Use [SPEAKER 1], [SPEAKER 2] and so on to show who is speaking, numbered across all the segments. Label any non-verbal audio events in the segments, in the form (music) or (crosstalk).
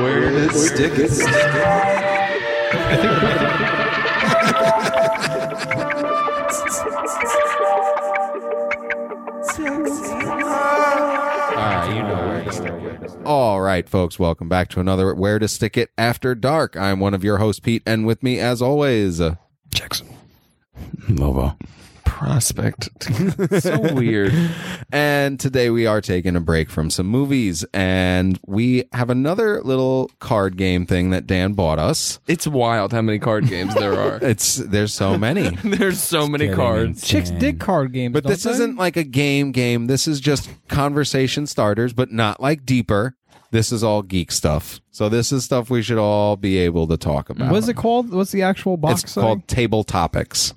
[SPEAKER 1] Where did stick it? All right, you know where to stick it. All right, folks, welcome back to another Where to Stick It After Dark. I'm one of your hosts, Pete, and with me, as always, uh,
[SPEAKER 2] Jackson. Lobo. Prospect. so (laughs) weird.
[SPEAKER 1] And today we are taking a break from some movies, and we have another little card game thing that Dan bought us.
[SPEAKER 2] It's wild how many card games there are.
[SPEAKER 1] It's there's
[SPEAKER 3] (laughs)
[SPEAKER 1] so many.
[SPEAKER 2] (laughs) There's so many cards.
[SPEAKER 3] Chicks dig card games,
[SPEAKER 1] But
[SPEAKER 3] don't
[SPEAKER 1] this
[SPEAKER 3] they?
[SPEAKER 1] isn't like a game game. This is just conversation starters, but not like deeper. This is all geek stuff. So this is stuff we should all be able to talk about.
[SPEAKER 3] What is it called? What's the actual box?
[SPEAKER 1] It's
[SPEAKER 3] say?
[SPEAKER 1] called table topics.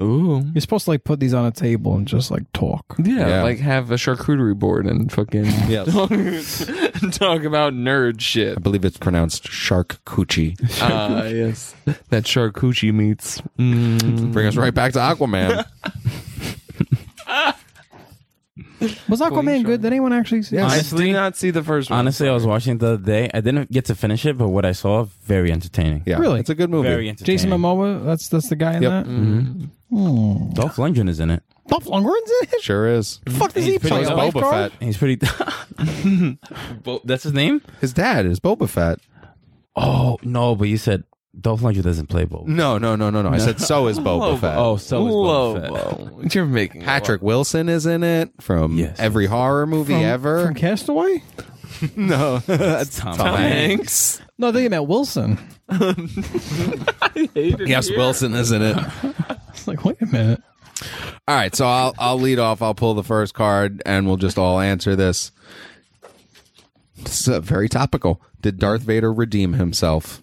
[SPEAKER 2] Ooh.
[SPEAKER 3] You're supposed to like put these on a table and just like talk.
[SPEAKER 2] Yeah,
[SPEAKER 1] Yeah.
[SPEAKER 2] like have a charcuterie board and fucking talk, (laughs) talk about nerd shit.
[SPEAKER 1] I believe it's pronounced shark
[SPEAKER 3] (laughs)
[SPEAKER 1] coochie.
[SPEAKER 2] Ah, yes. That charcuterie meats. Mm.
[SPEAKER 1] Bring us right back to Aquaman.
[SPEAKER 3] Was Aquaman good? Did anyone actually see?
[SPEAKER 2] I
[SPEAKER 3] it?
[SPEAKER 2] did not see the first one.
[SPEAKER 4] Honestly, I was watching it the other day. I didn't get to finish it, but what I saw very entertaining.
[SPEAKER 1] Yeah,
[SPEAKER 3] Really?
[SPEAKER 1] it's a good movie.
[SPEAKER 4] very entertaining.
[SPEAKER 3] Jason Momoa. That's that's the guy in
[SPEAKER 1] Yep. Mm-hmm.
[SPEAKER 3] that.
[SPEAKER 4] Dolph Lundgren is in it.
[SPEAKER 3] Dolph Lundgren's in it. (laughs)
[SPEAKER 1] Sure is.
[SPEAKER 3] Fuck does he
[SPEAKER 4] pretty
[SPEAKER 3] play?
[SPEAKER 4] much
[SPEAKER 3] a
[SPEAKER 4] Boba
[SPEAKER 3] lifeguard?
[SPEAKER 4] He's pretty. (laughs) Bo- That's his name.
[SPEAKER 1] His dad is Boba Fett.
[SPEAKER 4] Oh no, but you said Dolph Lundgren doesn't play Boba.
[SPEAKER 1] No, no, no, no, no. I said so is Boba Fett.
[SPEAKER 4] Oh, so is Boba Fett.
[SPEAKER 2] Lobo. You're making a lot.
[SPEAKER 1] Patrick Wilson is in it from
[SPEAKER 4] Yes.
[SPEAKER 1] every horror movie
[SPEAKER 3] From-
[SPEAKER 1] ever.
[SPEAKER 3] from Castaway.
[SPEAKER 1] no,
[SPEAKER 4] That's Tom, Hanks.
[SPEAKER 2] Hanks.
[SPEAKER 3] No, they met Wilson. (laughs)
[SPEAKER 1] yes, Wilson is (laughs) in it.
[SPEAKER 3] It's like, wait a minute.
[SPEAKER 1] All right, so I'll I'll lead off. I'll pull the first card, and we'll just all answer this. This is uh, very topical. Did Darth Vader redeem himself?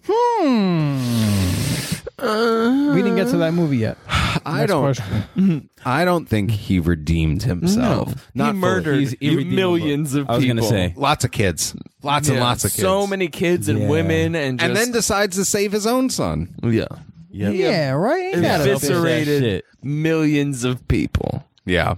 [SPEAKER 3] We didn't get to that movie yet.
[SPEAKER 1] I
[SPEAKER 3] Next
[SPEAKER 1] don't.
[SPEAKER 3] question.
[SPEAKER 1] I don't think he redeemed himself. Not
[SPEAKER 2] he murdered
[SPEAKER 4] He's irredeemable.
[SPEAKER 2] millions of people.
[SPEAKER 4] I was gonna say.
[SPEAKER 1] fully. Lots of kids. Lots and
[SPEAKER 2] Yeah.
[SPEAKER 1] lots of kids.
[SPEAKER 2] So many kids and
[SPEAKER 4] Yeah.
[SPEAKER 2] women and just,
[SPEAKER 1] And then decides to save his own son.
[SPEAKER 2] yeah.
[SPEAKER 3] Yeah, right. Ain't that a bitch?
[SPEAKER 4] That
[SPEAKER 2] eviscerated
[SPEAKER 4] shit.
[SPEAKER 2] millions of people.
[SPEAKER 1] Yeah.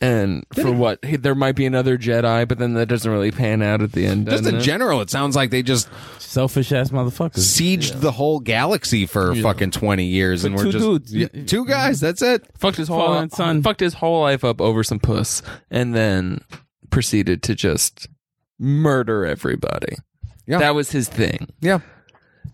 [SPEAKER 2] And for what? Hey, There might be another Jedi, but then that doesn't really pan out at the end.
[SPEAKER 1] Just
[SPEAKER 2] doesn't
[SPEAKER 1] in
[SPEAKER 2] it?
[SPEAKER 1] general, it sounds like they just
[SPEAKER 4] Selfish ass motherfuckers.
[SPEAKER 1] sieged the whole galaxy for fucking twenty years, and we're
[SPEAKER 4] two
[SPEAKER 1] just
[SPEAKER 4] dudes.
[SPEAKER 1] Yeah, two guys. That's it.
[SPEAKER 2] fucked his whole
[SPEAKER 4] Fallen son.
[SPEAKER 2] fucked his whole life up over some puss, and then proceeded to just murder everybody.
[SPEAKER 1] Yeah.
[SPEAKER 2] That was his thing.
[SPEAKER 1] Yeah.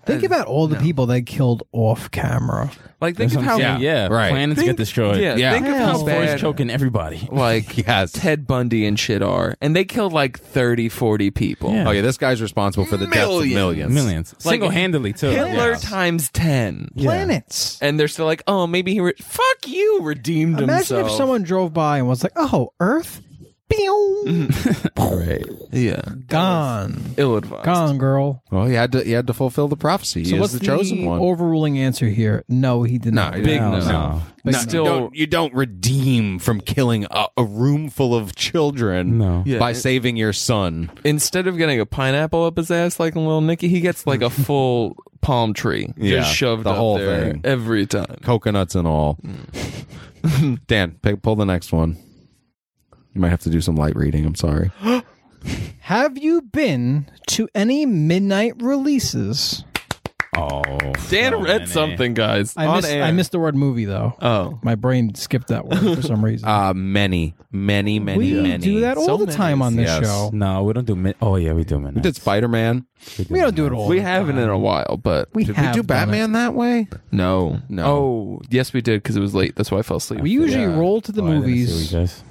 [SPEAKER 3] Think about all the people they killed off camera.
[SPEAKER 2] Like think of
[SPEAKER 4] That's
[SPEAKER 2] how
[SPEAKER 4] what I'm saying. yeah,
[SPEAKER 1] right.
[SPEAKER 4] Planets
[SPEAKER 2] think-
[SPEAKER 4] get destroyed.
[SPEAKER 2] Yeah,
[SPEAKER 1] Yeah.
[SPEAKER 2] think of how
[SPEAKER 3] Hell.
[SPEAKER 4] Boys
[SPEAKER 2] bad
[SPEAKER 4] choking everybody.
[SPEAKER 2] like
[SPEAKER 1] Yes.
[SPEAKER 2] Ted Bundy and shit are. And they killed like 30, 40 people.
[SPEAKER 4] Yeah.
[SPEAKER 1] Oh yeah, this guy's responsible for the deaths of
[SPEAKER 2] Millions.
[SPEAKER 1] millions.
[SPEAKER 4] Millions, single handedly too.
[SPEAKER 2] Hitler
[SPEAKER 4] Yeah.
[SPEAKER 2] times 10.
[SPEAKER 4] Yeah.
[SPEAKER 3] Planets.
[SPEAKER 2] And they're still like, oh, maybe he. Re- Fuck you, redeemed
[SPEAKER 3] Imagine
[SPEAKER 2] himself.
[SPEAKER 3] if someone drove by and was like, "Oh, Earth, Pew!
[SPEAKER 2] Yeah.
[SPEAKER 3] gone,
[SPEAKER 2] Ill advised.
[SPEAKER 3] gone, girl."
[SPEAKER 1] Well, he had to he had to fulfill the prophecy.
[SPEAKER 3] So
[SPEAKER 1] he is
[SPEAKER 3] what's
[SPEAKER 1] the chosen one.
[SPEAKER 3] Overruling answer here: No, he did
[SPEAKER 1] No,
[SPEAKER 3] not.
[SPEAKER 1] he
[SPEAKER 2] Big
[SPEAKER 4] No, no.
[SPEAKER 2] no.
[SPEAKER 3] Big
[SPEAKER 1] No,
[SPEAKER 3] no.
[SPEAKER 2] Still.
[SPEAKER 1] you, don't, you don't redeem from killing a, a room full of children
[SPEAKER 4] No.
[SPEAKER 2] Yeah.
[SPEAKER 1] by saving your son.
[SPEAKER 2] Instead of getting a pineapple up his ass like a little Nicky, he
[SPEAKER 1] (laughs)
[SPEAKER 2] gets like a full palm tree
[SPEAKER 1] Yeah,
[SPEAKER 2] just shoved
[SPEAKER 1] the
[SPEAKER 2] up
[SPEAKER 1] whole
[SPEAKER 2] there
[SPEAKER 1] thing. (laughs)
[SPEAKER 2] every time.
[SPEAKER 1] Coconuts and all. Dan, pick, pull the next one. You might have to do some light reading. I'm sorry.
[SPEAKER 3] Have you been to any midnight releases?
[SPEAKER 4] Oh,
[SPEAKER 2] Dan
[SPEAKER 4] so
[SPEAKER 2] read
[SPEAKER 4] many.
[SPEAKER 2] something, guys.
[SPEAKER 3] I
[SPEAKER 2] on
[SPEAKER 3] missed.
[SPEAKER 2] air.
[SPEAKER 3] I missed the word movie though.
[SPEAKER 2] Oh.
[SPEAKER 3] My brain skipped that word for
[SPEAKER 1] (laughs)
[SPEAKER 3] some reason.
[SPEAKER 1] Uh, many, many, many,
[SPEAKER 3] we
[SPEAKER 1] many.
[SPEAKER 3] do that all
[SPEAKER 2] So
[SPEAKER 3] the
[SPEAKER 2] many.
[SPEAKER 3] time on this
[SPEAKER 1] Yes.
[SPEAKER 3] show.
[SPEAKER 4] No, we don't do. Min- oh yeah, we do
[SPEAKER 1] We
[SPEAKER 4] midnight.
[SPEAKER 1] did Spider Man.
[SPEAKER 3] We don't do it all.
[SPEAKER 2] We
[SPEAKER 3] the
[SPEAKER 2] haven't in a while, but
[SPEAKER 3] We
[SPEAKER 1] Did we
[SPEAKER 3] have
[SPEAKER 1] do
[SPEAKER 3] done
[SPEAKER 1] Batman that way?
[SPEAKER 2] no,
[SPEAKER 1] No.
[SPEAKER 2] Oh, yes, we did because it was late. That's why I fell asleep.
[SPEAKER 3] it. We usually
[SPEAKER 1] Yeah.
[SPEAKER 3] roll to the
[SPEAKER 4] Oh, I didn't see what
[SPEAKER 3] movies
[SPEAKER 4] you guys-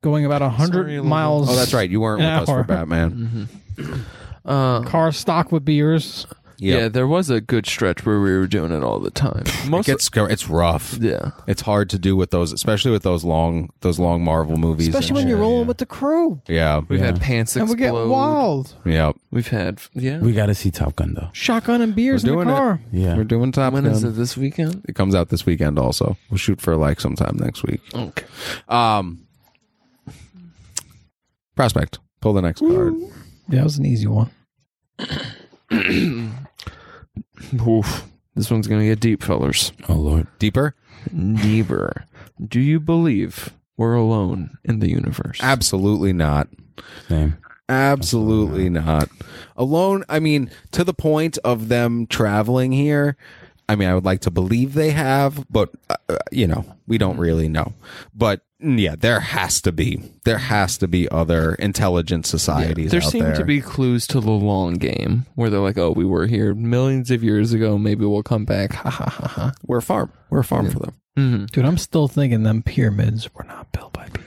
[SPEAKER 3] going about
[SPEAKER 2] Sorry,
[SPEAKER 3] 100
[SPEAKER 2] Lobo.
[SPEAKER 3] miles.
[SPEAKER 1] Oh, that's right. You weren't with us for
[SPEAKER 3] Hour.
[SPEAKER 1] Batman.
[SPEAKER 3] Mm-hmm.
[SPEAKER 2] Uh,
[SPEAKER 3] (laughs) Car stock with beers.
[SPEAKER 2] Yeah, there was a good stretch where we were doing it all the time.
[SPEAKER 1] It gets, it's rough.
[SPEAKER 2] yeah,
[SPEAKER 1] It's hard to do with those, especially with those long, those long Marvel movies.
[SPEAKER 3] Especially when
[SPEAKER 1] and
[SPEAKER 3] you're
[SPEAKER 1] shit.
[SPEAKER 3] rolling with the crew.
[SPEAKER 1] yeah,
[SPEAKER 2] we've had pants
[SPEAKER 3] And we
[SPEAKER 2] explode.
[SPEAKER 3] get wild.
[SPEAKER 1] yeah.
[SPEAKER 2] We've had yeah.
[SPEAKER 4] We gotta see Top Gun though.
[SPEAKER 3] Shotgun and beers
[SPEAKER 1] We're
[SPEAKER 3] in
[SPEAKER 1] doing
[SPEAKER 3] the
[SPEAKER 1] it.
[SPEAKER 3] car.
[SPEAKER 4] Yeah,
[SPEAKER 1] We're doing Top
[SPEAKER 2] when
[SPEAKER 1] Gun.
[SPEAKER 2] is it this weekend?
[SPEAKER 1] It comes out this weekend. Also, we'll shoot for like sometime next week.
[SPEAKER 2] Okay.
[SPEAKER 1] Um, prospect. Pull the next card.
[SPEAKER 3] That was an easy one.
[SPEAKER 2] Oof. This one's gonna get deep, fellers.
[SPEAKER 4] Oh lord.
[SPEAKER 1] Deeper?
[SPEAKER 2] Deeper. Do you believe we're alone in the universe?
[SPEAKER 1] Absolutely not.
[SPEAKER 4] Same.
[SPEAKER 1] Absolutely not. Alone, I mean, to the point of them traveling here, I mean, I would like to believe they have, but, uh, uh, you know, we don't really know. But mm, yeah, there has to be. There has to be other intelligent societies
[SPEAKER 2] there
[SPEAKER 1] out
[SPEAKER 2] seem
[SPEAKER 1] there.
[SPEAKER 2] to be clues to the long game where they're like, "Oh, we were here millions of years ago. Maybe we'll come back." Ha ha ha ha.
[SPEAKER 1] We're a farm. We're a farm for them.
[SPEAKER 3] Dude, I'm still thinking them pyramids were not built by people.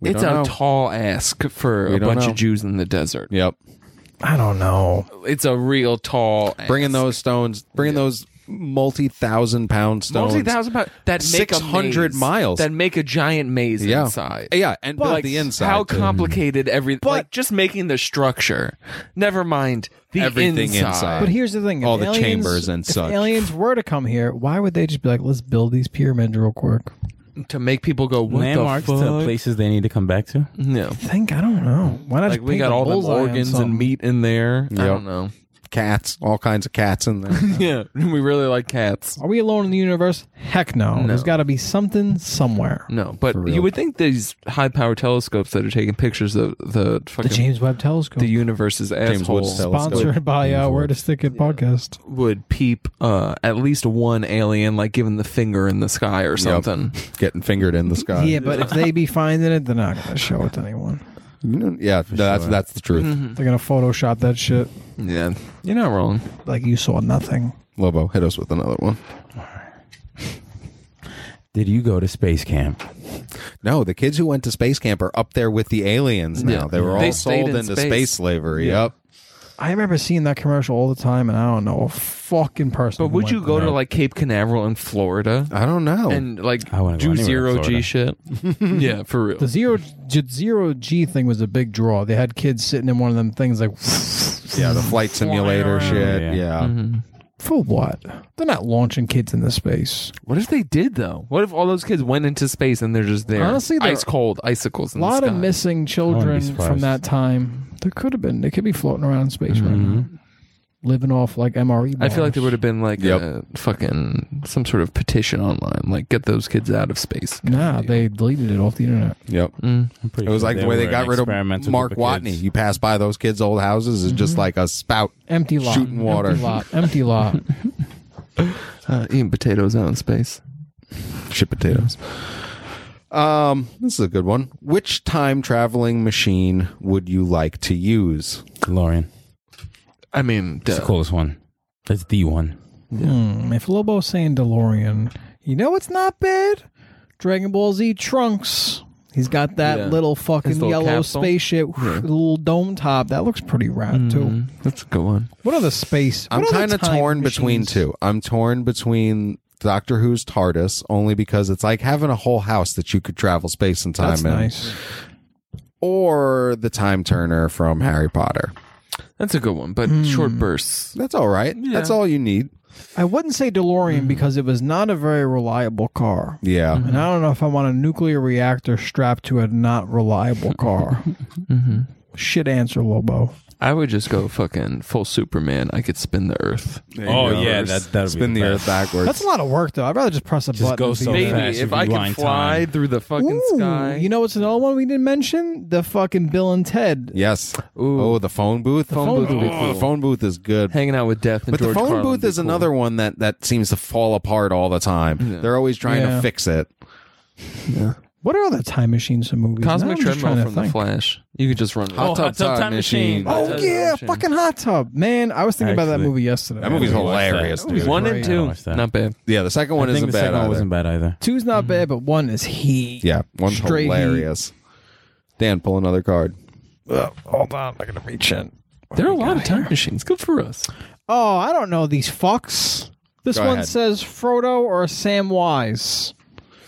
[SPEAKER 1] We
[SPEAKER 2] it's a
[SPEAKER 1] don't know.
[SPEAKER 2] tall ask for a
[SPEAKER 1] don't
[SPEAKER 2] bunch
[SPEAKER 1] know.
[SPEAKER 2] of Jews in the desert.
[SPEAKER 1] Yep.
[SPEAKER 3] I don't know.
[SPEAKER 2] It's a real tall. Ask.
[SPEAKER 1] Bringing those stones, bringing those multi thousand pound stones.
[SPEAKER 2] multi thousand pounds that make a
[SPEAKER 1] 600
[SPEAKER 2] maze,
[SPEAKER 1] miles.
[SPEAKER 2] that make a giant maze
[SPEAKER 1] yeah.
[SPEAKER 2] inside.
[SPEAKER 1] Yeah. And build
[SPEAKER 2] Like,
[SPEAKER 1] the inside.
[SPEAKER 2] How
[SPEAKER 1] too.
[SPEAKER 2] complicated everything! Like just making the structure. Never mind the
[SPEAKER 1] Everything
[SPEAKER 2] inside.
[SPEAKER 1] inside.
[SPEAKER 3] But here's the thing:
[SPEAKER 1] All
[SPEAKER 3] if
[SPEAKER 1] the
[SPEAKER 3] aliens-
[SPEAKER 1] chambers and
[SPEAKER 3] if
[SPEAKER 1] such.
[SPEAKER 3] Aliens were to come here, why would they just be like, "Let's build these pyramids real quick"?
[SPEAKER 2] to make people go what
[SPEAKER 4] Landmarks
[SPEAKER 2] the fuck?
[SPEAKER 4] to places they need to come back to.
[SPEAKER 2] No,
[SPEAKER 3] Think I don't know. Why not?
[SPEAKER 2] like
[SPEAKER 3] just
[SPEAKER 2] we
[SPEAKER 3] paint
[SPEAKER 2] got
[SPEAKER 3] a
[SPEAKER 2] all the
[SPEAKER 3] bullseye on
[SPEAKER 2] organs
[SPEAKER 3] something?
[SPEAKER 2] and meat in there. I
[SPEAKER 1] Yep.
[SPEAKER 2] don't know.
[SPEAKER 1] cats, all kinds of cats in there.
[SPEAKER 2] (laughs) Yeah, we really like cats.
[SPEAKER 3] Are we alone in the universe? Heck no. There's got to be something somewhere.
[SPEAKER 2] No, but you would think these high power telescopes that are taking pictures of the
[SPEAKER 3] The
[SPEAKER 2] fucking
[SPEAKER 3] James Webb Telescope,
[SPEAKER 2] the universe's asshole
[SPEAKER 1] Woods Telescope.
[SPEAKER 3] sponsored by uh, Where to Stick It podcast.
[SPEAKER 2] would peep uh, at least one alien, like giving the finger in the sky or something.
[SPEAKER 1] Getting fingered in the
[SPEAKER 2] Uh,
[SPEAKER 1] sky.
[SPEAKER 3] Yeah, but
[SPEAKER 2] (laughs)
[SPEAKER 3] if they be finding it, they're not going to show it to anyone.
[SPEAKER 1] You know- yeah, that's that's the truth.
[SPEAKER 2] Mm.
[SPEAKER 3] They're going to Photoshop that shit
[SPEAKER 2] Yeah, you're not wrong.
[SPEAKER 3] like you saw nothing.
[SPEAKER 1] Lobo, hit us with another one.
[SPEAKER 4] Did you go to space camp?
[SPEAKER 1] No, the kids who went to space camp are up there with the aliens now.
[SPEAKER 2] Yeah.
[SPEAKER 1] They were
[SPEAKER 2] They
[SPEAKER 1] all
[SPEAKER 2] stayed
[SPEAKER 1] sold
[SPEAKER 2] in
[SPEAKER 1] into
[SPEAKER 2] space.
[SPEAKER 1] space, slavery. Yep.
[SPEAKER 3] I remember seeing that commercial all the time, and I don't know a fucking person.
[SPEAKER 2] But
[SPEAKER 3] who
[SPEAKER 2] would
[SPEAKER 3] went
[SPEAKER 2] you go
[SPEAKER 3] there.
[SPEAKER 2] to like Cape Canaveral in Florida
[SPEAKER 1] I don't know.
[SPEAKER 2] and like
[SPEAKER 4] I wouldn't go
[SPEAKER 2] do
[SPEAKER 4] anywhere in
[SPEAKER 2] zero G
[SPEAKER 4] Florida.
[SPEAKER 2] shit? yeah, for real.
[SPEAKER 3] The zero G, zero G thing was a big draw. They had kids sitting in one of them things like
[SPEAKER 1] yeah, the flight simulator shit. Yeah.
[SPEAKER 4] Yeah.
[SPEAKER 3] (laughs)
[SPEAKER 2] Mm-hmm.
[SPEAKER 3] for what? They're not launching kids into space.
[SPEAKER 2] What if they did though? What if all those kids went into space and they're just there?
[SPEAKER 3] Honestly, there-
[SPEAKER 2] ice cold icicles.
[SPEAKER 3] A
[SPEAKER 2] in the
[SPEAKER 3] lot of
[SPEAKER 2] sky?
[SPEAKER 3] missing
[SPEAKER 4] I
[SPEAKER 3] children
[SPEAKER 4] wouldn't be
[SPEAKER 3] from
[SPEAKER 4] surprised.
[SPEAKER 3] that time. There could have been. They could be floating around in space right now, living off like MRE.
[SPEAKER 2] I feel like there
[SPEAKER 3] bombs.
[SPEAKER 2] would have been like
[SPEAKER 1] Yep.
[SPEAKER 2] a fucking some sort of petition online, like get those kids out of space.
[SPEAKER 3] Nah, they deleted it off the internet.
[SPEAKER 1] Yep.
[SPEAKER 2] Mm.
[SPEAKER 4] I'm pretty
[SPEAKER 1] It was
[SPEAKER 4] sure
[SPEAKER 1] like the way they
[SPEAKER 4] were
[SPEAKER 1] got
[SPEAKER 4] an
[SPEAKER 1] rid of
[SPEAKER 4] experimental
[SPEAKER 1] Mark
[SPEAKER 4] group of
[SPEAKER 1] Watney.
[SPEAKER 4] kids.
[SPEAKER 1] You pass by those kids' old houses, it's
[SPEAKER 2] Mm-hmm.
[SPEAKER 1] just like a spout.
[SPEAKER 3] Empty lot.
[SPEAKER 1] Shooting water.
[SPEAKER 3] Empty lot. Empty lot.
[SPEAKER 2] Uh, eating potatoes out in space.
[SPEAKER 1] Shit potatoes. Um, this is a good one. Which time traveling machine would you like to use?
[SPEAKER 4] DeLorean.
[SPEAKER 2] I mean,
[SPEAKER 4] It's the
[SPEAKER 2] duh.
[SPEAKER 4] coolest one. That's the one.
[SPEAKER 3] Hmm, if Lobo's saying DeLorean, you know it's not bad. Dragon Ball Z Trunks. He's got that
[SPEAKER 2] Yeah.
[SPEAKER 3] little fucking
[SPEAKER 2] His little
[SPEAKER 3] yellow
[SPEAKER 2] capsule.
[SPEAKER 3] spaceship, the (sighs) little dome top. That looks pretty rad too.
[SPEAKER 2] Mm-hmm. that's a good one.
[SPEAKER 3] What are the space?
[SPEAKER 1] Hmm. I'm
[SPEAKER 3] what other
[SPEAKER 1] kind of
[SPEAKER 3] time
[SPEAKER 1] torn between
[SPEAKER 3] machines-
[SPEAKER 1] two. I'm torn between Doctor Who's TARDIS only because it's like having a whole house that you could travel space and time
[SPEAKER 3] That's
[SPEAKER 1] in,
[SPEAKER 3] nice.
[SPEAKER 1] or the Time Turner from Harry Potter.
[SPEAKER 2] That's a good one, but short bursts.
[SPEAKER 1] That's all right. That's all you need.
[SPEAKER 3] I wouldn't say DeLorean
[SPEAKER 1] Hmm.
[SPEAKER 3] because it was not a very reliable car.
[SPEAKER 1] Yeah.
[SPEAKER 3] And I don't know if I want a nuclear reactor strapped to a not
[SPEAKER 1] (laughs)
[SPEAKER 3] reliable car.
[SPEAKER 2] Mm-hmm.
[SPEAKER 3] Shit answer, Lobo.
[SPEAKER 2] I would just go fucking full Superman. I could spin the Earth.
[SPEAKER 4] Oh yeah, that that
[SPEAKER 1] spin the earth backwards.
[SPEAKER 3] That's a lot of work, though. I'd rather just press a button.
[SPEAKER 4] go
[SPEAKER 3] and
[SPEAKER 4] so
[SPEAKER 3] be done.
[SPEAKER 2] Maybe
[SPEAKER 4] fast
[SPEAKER 2] if
[SPEAKER 4] if
[SPEAKER 2] I
[SPEAKER 4] you
[SPEAKER 2] could
[SPEAKER 4] line
[SPEAKER 2] fly
[SPEAKER 4] time.
[SPEAKER 2] through the fucking
[SPEAKER 3] Ooh,
[SPEAKER 2] sky.
[SPEAKER 3] You know what's another one we didn't mention? The fucking Bill and Ted.
[SPEAKER 1] yes. Oh, the phone booth. The
[SPEAKER 2] phone booth would be
[SPEAKER 1] Oh, the phone booth is good.
[SPEAKER 2] hanging out with death and
[SPEAKER 1] But
[SPEAKER 2] George
[SPEAKER 1] the phone
[SPEAKER 2] Carlin would
[SPEAKER 1] booth
[SPEAKER 2] be
[SPEAKER 1] is
[SPEAKER 2] cool.
[SPEAKER 1] another one that that seems to fall apart all the time. They're always trying
[SPEAKER 3] Yeah.
[SPEAKER 1] to fix it.
[SPEAKER 3] What are other time machines and movies? Now I'm
[SPEAKER 2] Cosmic
[SPEAKER 3] just trying
[SPEAKER 2] treadmill
[SPEAKER 3] to
[SPEAKER 2] from the
[SPEAKER 3] think.
[SPEAKER 2] Flash. You could just run.
[SPEAKER 1] Oh, Hot tub time machine.
[SPEAKER 4] Oh,
[SPEAKER 3] Oh
[SPEAKER 2] Hot tub
[SPEAKER 3] yeah,
[SPEAKER 2] machine.
[SPEAKER 3] fucking hot tub, man! I was thinking about that
[SPEAKER 4] Actually.
[SPEAKER 3] movie yesterday.
[SPEAKER 1] That movie's
[SPEAKER 4] I watched that.
[SPEAKER 1] hilarious,
[SPEAKER 4] That
[SPEAKER 1] dude.
[SPEAKER 2] One
[SPEAKER 3] Great.
[SPEAKER 2] and
[SPEAKER 4] I
[SPEAKER 2] two,
[SPEAKER 4] watched that.
[SPEAKER 2] not bad.
[SPEAKER 1] Yeah, the second one
[SPEAKER 4] I think
[SPEAKER 1] isn't
[SPEAKER 4] the
[SPEAKER 1] bad.
[SPEAKER 4] second one
[SPEAKER 1] either.
[SPEAKER 4] wasn't bad either.
[SPEAKER 3] Two's not
[SPEAKER 2] Mm-hmm.
[SPEAKER 3] bad, but one is heat.
[SPEAKER 1] Yeah, one's
[SPEAKER 3] Straight heat.
[SPEAKER 1] hilarious. Dan, pull another card.
[SPEAKER 3] hold on, I'm gonna reach in.
[SPEAKER 2] There are a lot of time machines. Good for us.
[SPEAKER 3] Oh, I don't know these fucks. This
[SPEAKER 1] Go
[SPEAKER 3] one
[SPEAKER 1] ahead.
[SPEAKER 3] says Frodo or Samwise.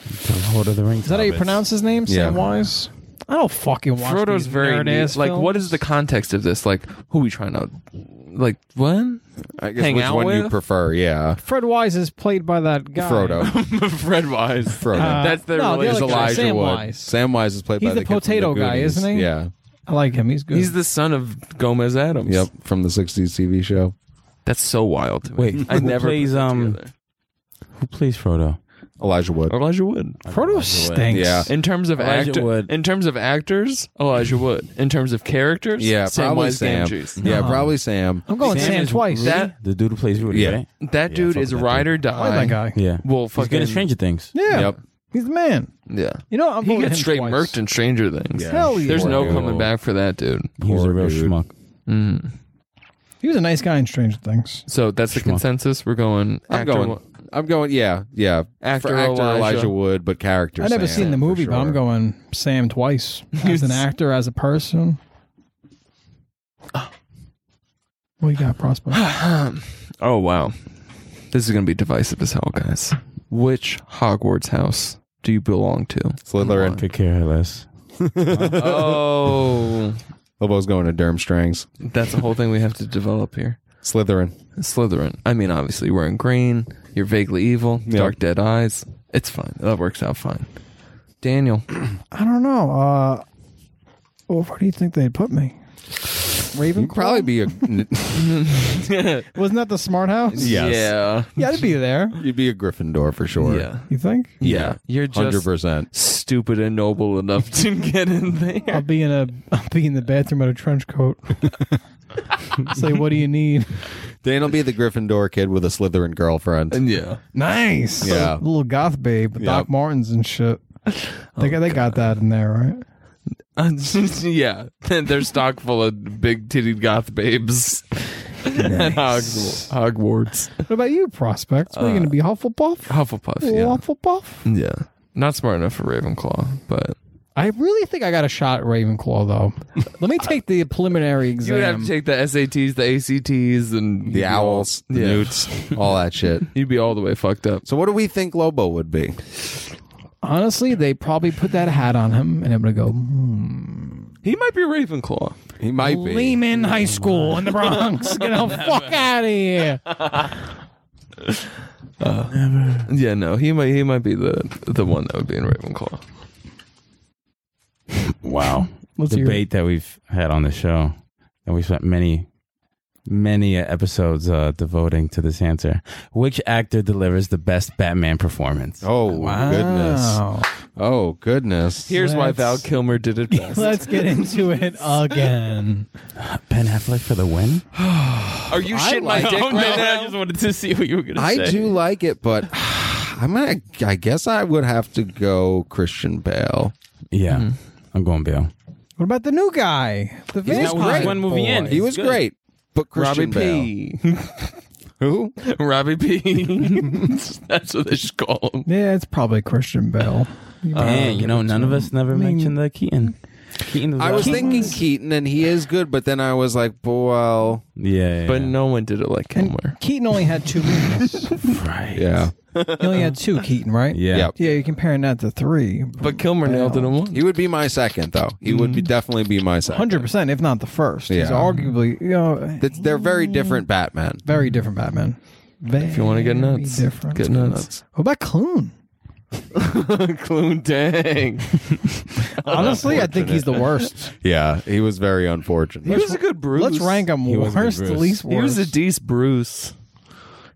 [SPEAKER 3] Is
[SPEAKER 4] The Lord of the Rings.
[SPEAKER 3] that how you
[SPEAKER 4] hobbits.
[SPEAKER 3] pronounce his name?
[SPEAKER 1] Yeah.
[SPEAKER 3] Samwise. I don't fucking watch.
[SPEAKER 2] Frodo's
[SPEAKER 3] these
[SPEAKER 2] very
[SPEAKER 3] nerd
[SPEAKER 2] neat.
[SPEAKER 3] ass
[SPEAKER 2] Like,
[SPEAKER 3] films.
[SPEAKER 2] what is the context of this? Like, who are we trying to, like, what?
[SPEAKER 1] I guess
[SPEAKER 2] Hang
[SPEAKER 1] which
[SPEAKER 2] out
[SPEAKER 1] one you
[SPEAKER 2] with?
[SPEAKER 1] prefer? Yeah,
[SPEAKER 3] Fred Wise is played by that
[SPEAKER 2] (laughs)
[SPEAKER 3] guy.
[SPEAKER 2] Uh,
[SPEAKER 1] Frodo.
[SPEAKER 2] Fred Wise.
[SPEAKER 1] Frodo.
[SPEAKER 2] That's their
[SPEAKER 3] Uh, no, the
[SPEAKER 2] relationship.
[SPEAKER 3] other guy,
[SPEAKER 1] Elijah
[SPEAKER 3] Samwise.
[SPEAKER 1] Wood. Samwise is played
[SPEAKER 3] He's
[SPEAKER 1] by
[SPEAKER 3] the
[SPEAKER 1] the kid from
[SPEAKER 3] potato guy,
[SPEAKER 1] Goonies.
[SPEAKER 3] isn't he?
[SPEAKER 1] Yeah.
[SPEAKER 3] I like him. He's good.
[SPEAKER 2] He's the son of Gomez Adams.
[SPEAKER 1] Yep, from the '60s TV show.
[SPEAKER 2] That's so wild. To me.
[SPEAKER 4] Wait,
[SPEAKER 2] I
[SPEAKER 4] who
[SPEAKER 2] never put
[SPEAKER 4] plays,
[SPEAKER 2] that
[SPEAKER 4] um,
[SPEAKER 2] together.
[SPEAKER 4] Who plays Frodo?
[SPEAKER 1] Elijah Wood.
[SPEAKER 2] Elijah Wood.
[SPEAKER 3] Frodo stinks.
[SPEAKER 1] Yeah.
[SPEAKER 2] In terms of
[SPEAKER 4] Elijah
[SPEAKER 2] actor,
[SPEAKER 4] Wood.
[SPEAKER 2] in terms of actors, Elijah Wood. In terms of characters,
[SPEAKER 1] Yeah, probably
[SPEAKER 2] Samwise
[SPEAKER 1] Sam.
[SPEAKER 2] Gamgee's.
[SPEAKER 1] Yeah,
[SPEAKER 3] No.
[SPEAKER 1] probably Sam.
[SPEAKER 3] I'm going Sam,
[SPEAKER 4] is
[SPEAKER 3] twice.
[SPEAKER 4] Rudy?
[SPEAKER 2] That-
[SPEAKER 4] the dude who plays Rudy,
[SPEAKER 1] Yeah.
[SPEAKER 4] right?
[SPEAKER 2] That
[SPEAKER 4] Yeah,
[SPEAKER 2] dude
[SPEAKER 4] fuck
[SPEAKER 2] is
[SPEAKER 4] that dude.
[SPEAKER 2] ride or die.
[SPEAKER 3] I like that guy.
[SPEAKER 4] Yeah.
[SPEAKER 2] Well,
[SPEAKER 4] He's
[SPEAKER 2] fucking
[SPEAKER 4] good at Stranger Things.
[SPEAKER 3] Yeah.
[SPEAKER 1] Yep.
[SPEAKER 3] He's the man.
[SPEAKER 2] Yeah,
[SPEAKER 3] You know, I'm
[SPEAKER 2] he
[SPEAKER 3] voting
[SPEAKER 2] gets
[SPEAKER 3] him
[SPEAKER 2] straight
[SPEAKER 3] twice.
[SPEAKER 2] murked in Stranger Things.
[SPEAKER 1] Yeah.
[SPEAKER 3] Hell yeah.
[SPEAKER 2] There's no
[SPEAKER 1] Poor
[SPEAKER 2] coming
[SPEAKER 1] dude.
[SPEAKER 2] back for that dude.
[SPEAKER 4] He was a
[SPEAKER 1] Poor
[SPEAKER 4] real
[SPEAKER 1] dude.
[SPEAKER 4] schmuck.
[SPEAKER 2] Mm.
[SPEAKER 3] He was a nice guy in Stranger Things.
[SPEAKER 2] So that's the
[SPEAKER 4] Schmuck.
[SPEAKER 2] consensus. We're going.
[SPEAKER 1] I'm
[SPEAKER 2] actor,
[SPEAKER 1] going. I'm going. Yeah, yeah.
[SPEAKER 2] Actor,
[SPEAKER 1] For actor Elijah.
[SPEAKER 2] Elijah
[SPEAKER 1] Wood, but character.
[SPEAKER 3] i never
[SPEAKER 1] Sam,
[SPEAKER 3] seen the
[SPEAKER 1] for
[SPEAKER 3] movie, but I'm
[SPEAKER 1] sure.
[SPEAKER 3] going Sam twice. As an actor, as a person. What you got, (sighs) Prospect?
[SPEAKER 2] Oh wow, this is gonna be divisive as hell, guys. Which Hogwarts house do you
[SPEAKER 1] (laughs)
[SPEAKER 2] belong to?
[SPEAKER 1] Slytherin.
[SPEAKER 4] Could care less.
[SPEAKER 2] oh,
[SPEAKER 1] Lobo's going to Durmstrang's.
[SPEAKER 2] that's a whole thing we have to develop here.
[SPEAKER 1] Slytherin.
[SPEAKER 2] Slytherin. I mean, obviously, you're wearing green. You're vaguely evil.
[SPEAKER 1] Yeah.
[SPEAKER 2] Dark, dead eyes. It's fine. That works out fine. Daniel,
[SPEAKER 3] I don't know. Uh, well, where do you think they'd put me? Raven?
[SPEAKER 1] You'd probably be a. (laughs)
[SPEAKER 3] Wasn't that the smart house?
[SPEAKER 1] yes.
[SPEAKER 2] yeah,
[SPEAKER 3] Yeah, I'd be there.
[SPEAKER 1] You'd be a Gryffindor for sure.
[SPEAKER 2] yeah,
[SPEAKER 3] You think?
[SPEAKER 2] yeah. You're
[SPEAKER 1] Hundred
[SPEAKER 2] just
[SPEAKER 1] percent.
[SPEAKER 2] stupid and noble enough to (laughs) get in
[SPEAKER 3] (laughs) I'll
[SPEAKER 2] there.
[SPEAKER 3] be in a. I'll be in the bathroom in a trench coat. (laughs) Say, what do you need?
[SPEAKER 1] Dan will be the Gryffindor kid with a Slytherin girlfriend.
[SPEAKER 2] yeah,
[SPEAKER 3] Nice.
[SPEAKER 1] Yeah.
[SPEAKER 3] little goth babe, with
[SPEAKER 1] Yeah.
[SPEAKER 3] Doc Martens
[SPEAKER 2] (laughs)
[SPEAKER 3] and shit. They got they got that in there, right?
[SPEAKER 2] (laughs) yeah. (laughs) They're stock full of big-titted goth babes at (laughs) Hogwarts. Hogwarts.
[SPEAKER 3] What about you, prospects? What, are you going to be Hufflepuff?
[SPEAKER 2] Hufflepuff. Uh, Yeah,
[SPEAKER 3] Hufflepuff?
[SPEAKER 2] yeah. Not smart enough for Ravenclaw, but
[SPEAKER 3] I really think I got a shot at Ravenclaw though. Let me take the
[SPEAKER 2] (laughs)
[SPEAKER 3] preliminary
[SPEAKER 2] you
[SPEAKER 3] exam.
[SPEAKER 2] would have to take the SATs, the ACTs, and
[SPEAKER 1] The owls, the
[SPEAKER 2] Yeah.
[SPEAKER 1] newts, all that shit.
[SPEAKER 2] You'd be all the way fucked up.
[SPEAKER 1] So what do we think Lobo would be?
[SPEAKER 3] Honestly, they probably put that hat on him, and it would go.
[SPEAKER 2] He might be Ravenclaw.
[SPEAKER 1] He might be.
[SPEAKER 3] Lehman High School in the Bronx.
[SPEAKER 2] (laughs)
[SPEAKER 3] Get the fuck out of here.
[SPEAKER 2] Yeah, no, he might he might be the the one that would be in Ravenclaw.
[SPEAKER 4] Wow.
[SPEAKER 3] Let's hear it.
[SPEAKER 4] Debate that we've had on the show, and we spent many, many uh, episodes uh, devoting to this answer. Which actor delivers the best Batman performance?
[SPEAKER 1] Oh goodness!
[SPEAKER 3] Wow.
[SPEAKER 1] Oh goodness!
[SPEAKER 2] Here's why Val
[SPEAKER 3] That's-
[SPEAKER 2] Kilmer did it best.
[SPEAKER 3] Let's get into it again.
[SPEAKER 4] Ben Affleck for the win?
[SPEAKER 2] Are you shitting my (laughs) dick right now?
[SPEAKER 4] wanted to see what you were going
[SPEAKER 1] I do like it, but (sighs) I'm gonna. I guess I would have to go Christian Bale.
[SPEAKER 4] Yeah, I'm going Bill.
[SPEAKER 3] What about the new guy? The
[SPEAKER 1] He's
[SPEAKER 3] vampire
[SPEAKER 1] not great.
[SPEAKER 4] One movie in.
[SPEAKER 3] boy.
[SPEAKER 1] He
[SPEAKER 4] He's
[SPEAKER 1] was
[SPEAKER 4] good.
[SPEAKER 1] great, but
[SPEAKER 2] Robbie
[SPEAKER 1] Christian Bale.
[SPEAKER 2] P. (laughs)
[SPEAKER 1] Who?
[SPEAKER 2] Robbie (laughs) P. That's what they should call him.
[SPEAKER 3] Yeah, it's probably Christian Bell.
[SPEAKER 2] Uh,
[SPEAKER 4] Man, you know, none of us never mentioned the Keaton. Keaton
[SPEAKER 1] I was
[SPEAKER 4] awesome.
[SPEAKER 1] thinking Keaton, and he is good, but then I was like, well,
[SPEAKER 4] Yeah, yeah,
[SPEAKER 2] But
[SPEAKER 4] yeah.
[SPEAKER 2] no one did it like Kilmer.
[SPEAKER 3] Keaton only had
[SPEAKER 2] (laughs)
[SPEAKER 3] two movies. he
[SPEAKER 4] right.
[SPEAKER 1] yeah,
[SPEAKER 3] only had two Keaton, right?
[SPEAKER 4] Yeah.
[SPEAKER 1] Yep.
[SPEAKER 3] Yeah, you're comparing that to three.
[SPEAKER 2] But Kilmer nailed it in (laughs) one.
[SPEAKER 1] he would be my second though. He would be definitely be my second.
[SPEAKER 3] Hundred percent, if not the first. He's
[SPEAKER 1] Yeah.
[SPEAKER 3] arguably, you know,
[SPEAKER 1] That's- They're very different Batman.
[SPEAKER 3] very different Batman.
[SPEAKER 2] If you want to get
[SPEAKER 3] Very
[SPEAKER 2] nuts,
[SPEAKER 3] different.
[SPEAKER 2] get nuts.
[SPEAKER 3] What about
[SPEAKER 2] (laughs)
[SPEAKER 3] Clune?
[SPEAKER 2] Clune dang.
[SPEAKER 3] Honestly, I think he's
[SPEAKER 2] (laughs)
[SPEAKER 3] the worst.
[SPEAKER 1] Yeah, he was very
[SPEAKER 2] He
[SPEAKER 1] unfortunate.
[SPEAKER 2] was a good Bruce.
[SPEAKER 3] Let's rank him
[SPEAKER 4] He was a good
[SPEAKER 3] worst, to
[SPEAKER 4] Bruce.
[SPEAKER 3] least worst.
[SPEAKER 2] He was a decent Bruce.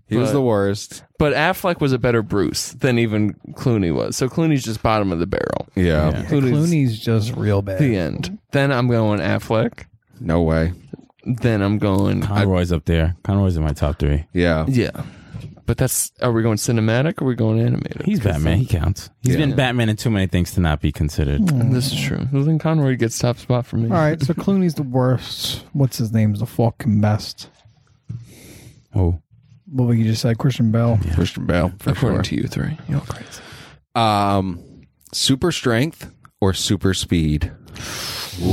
[SPEAKER 1] He was
[SPEAKER 2] but-
[SPEAKER 1] the worst.
[SPEAKER 2] But Affleck was a better Bruce than even Clooney was. So Clooney's just bottom of the barrel.
[SPEAKER 1] Yeah,
[SPEAKER 4] Yeah.
[SPEAKER 2] Clooney's
[SPEAKER 3] Clooney's just real bad.
[SPEAKER 2] the end. Then I'm going Affleck.
[SPEAKER 1] no way.
[SPEAKER 2] Then I'm going.
[SPEAKER 4] Conroy's up there. Conroy's in my top three.
[SPEAKER 1] Yeah,
[SPEAKER 2] Yeah. But that's. Are we going cinematic or are we going animated?
[SPEAKER 4] He's Batman. He counts. He's
[SPEAKER 1] Yeah.
[SPEAKER 4] been Batman in too many things to not be considered.
[SPEAKER 3] Mm-hmm.
[SPEAKER 2] This is true. Well, then Conroy gets top spot for me.
[SPEAKER 3] Mm. All right,
[SPEAKER 2] (laughs)
[SPEAKER 3] so Clooney's the worst. What's his name's the fucking best?
[SPEAKER 4] Oh,
[SPEAKER 3] What we just said, Christian Bell.
[SPEAKER 1] Christian Bale for
[SPEAKER 2] According
[SPEAKER 1] sure.
[SPEAKER 2] to you three. You're crazy.
[SPEAKER 1] Um, super strength or super speed? I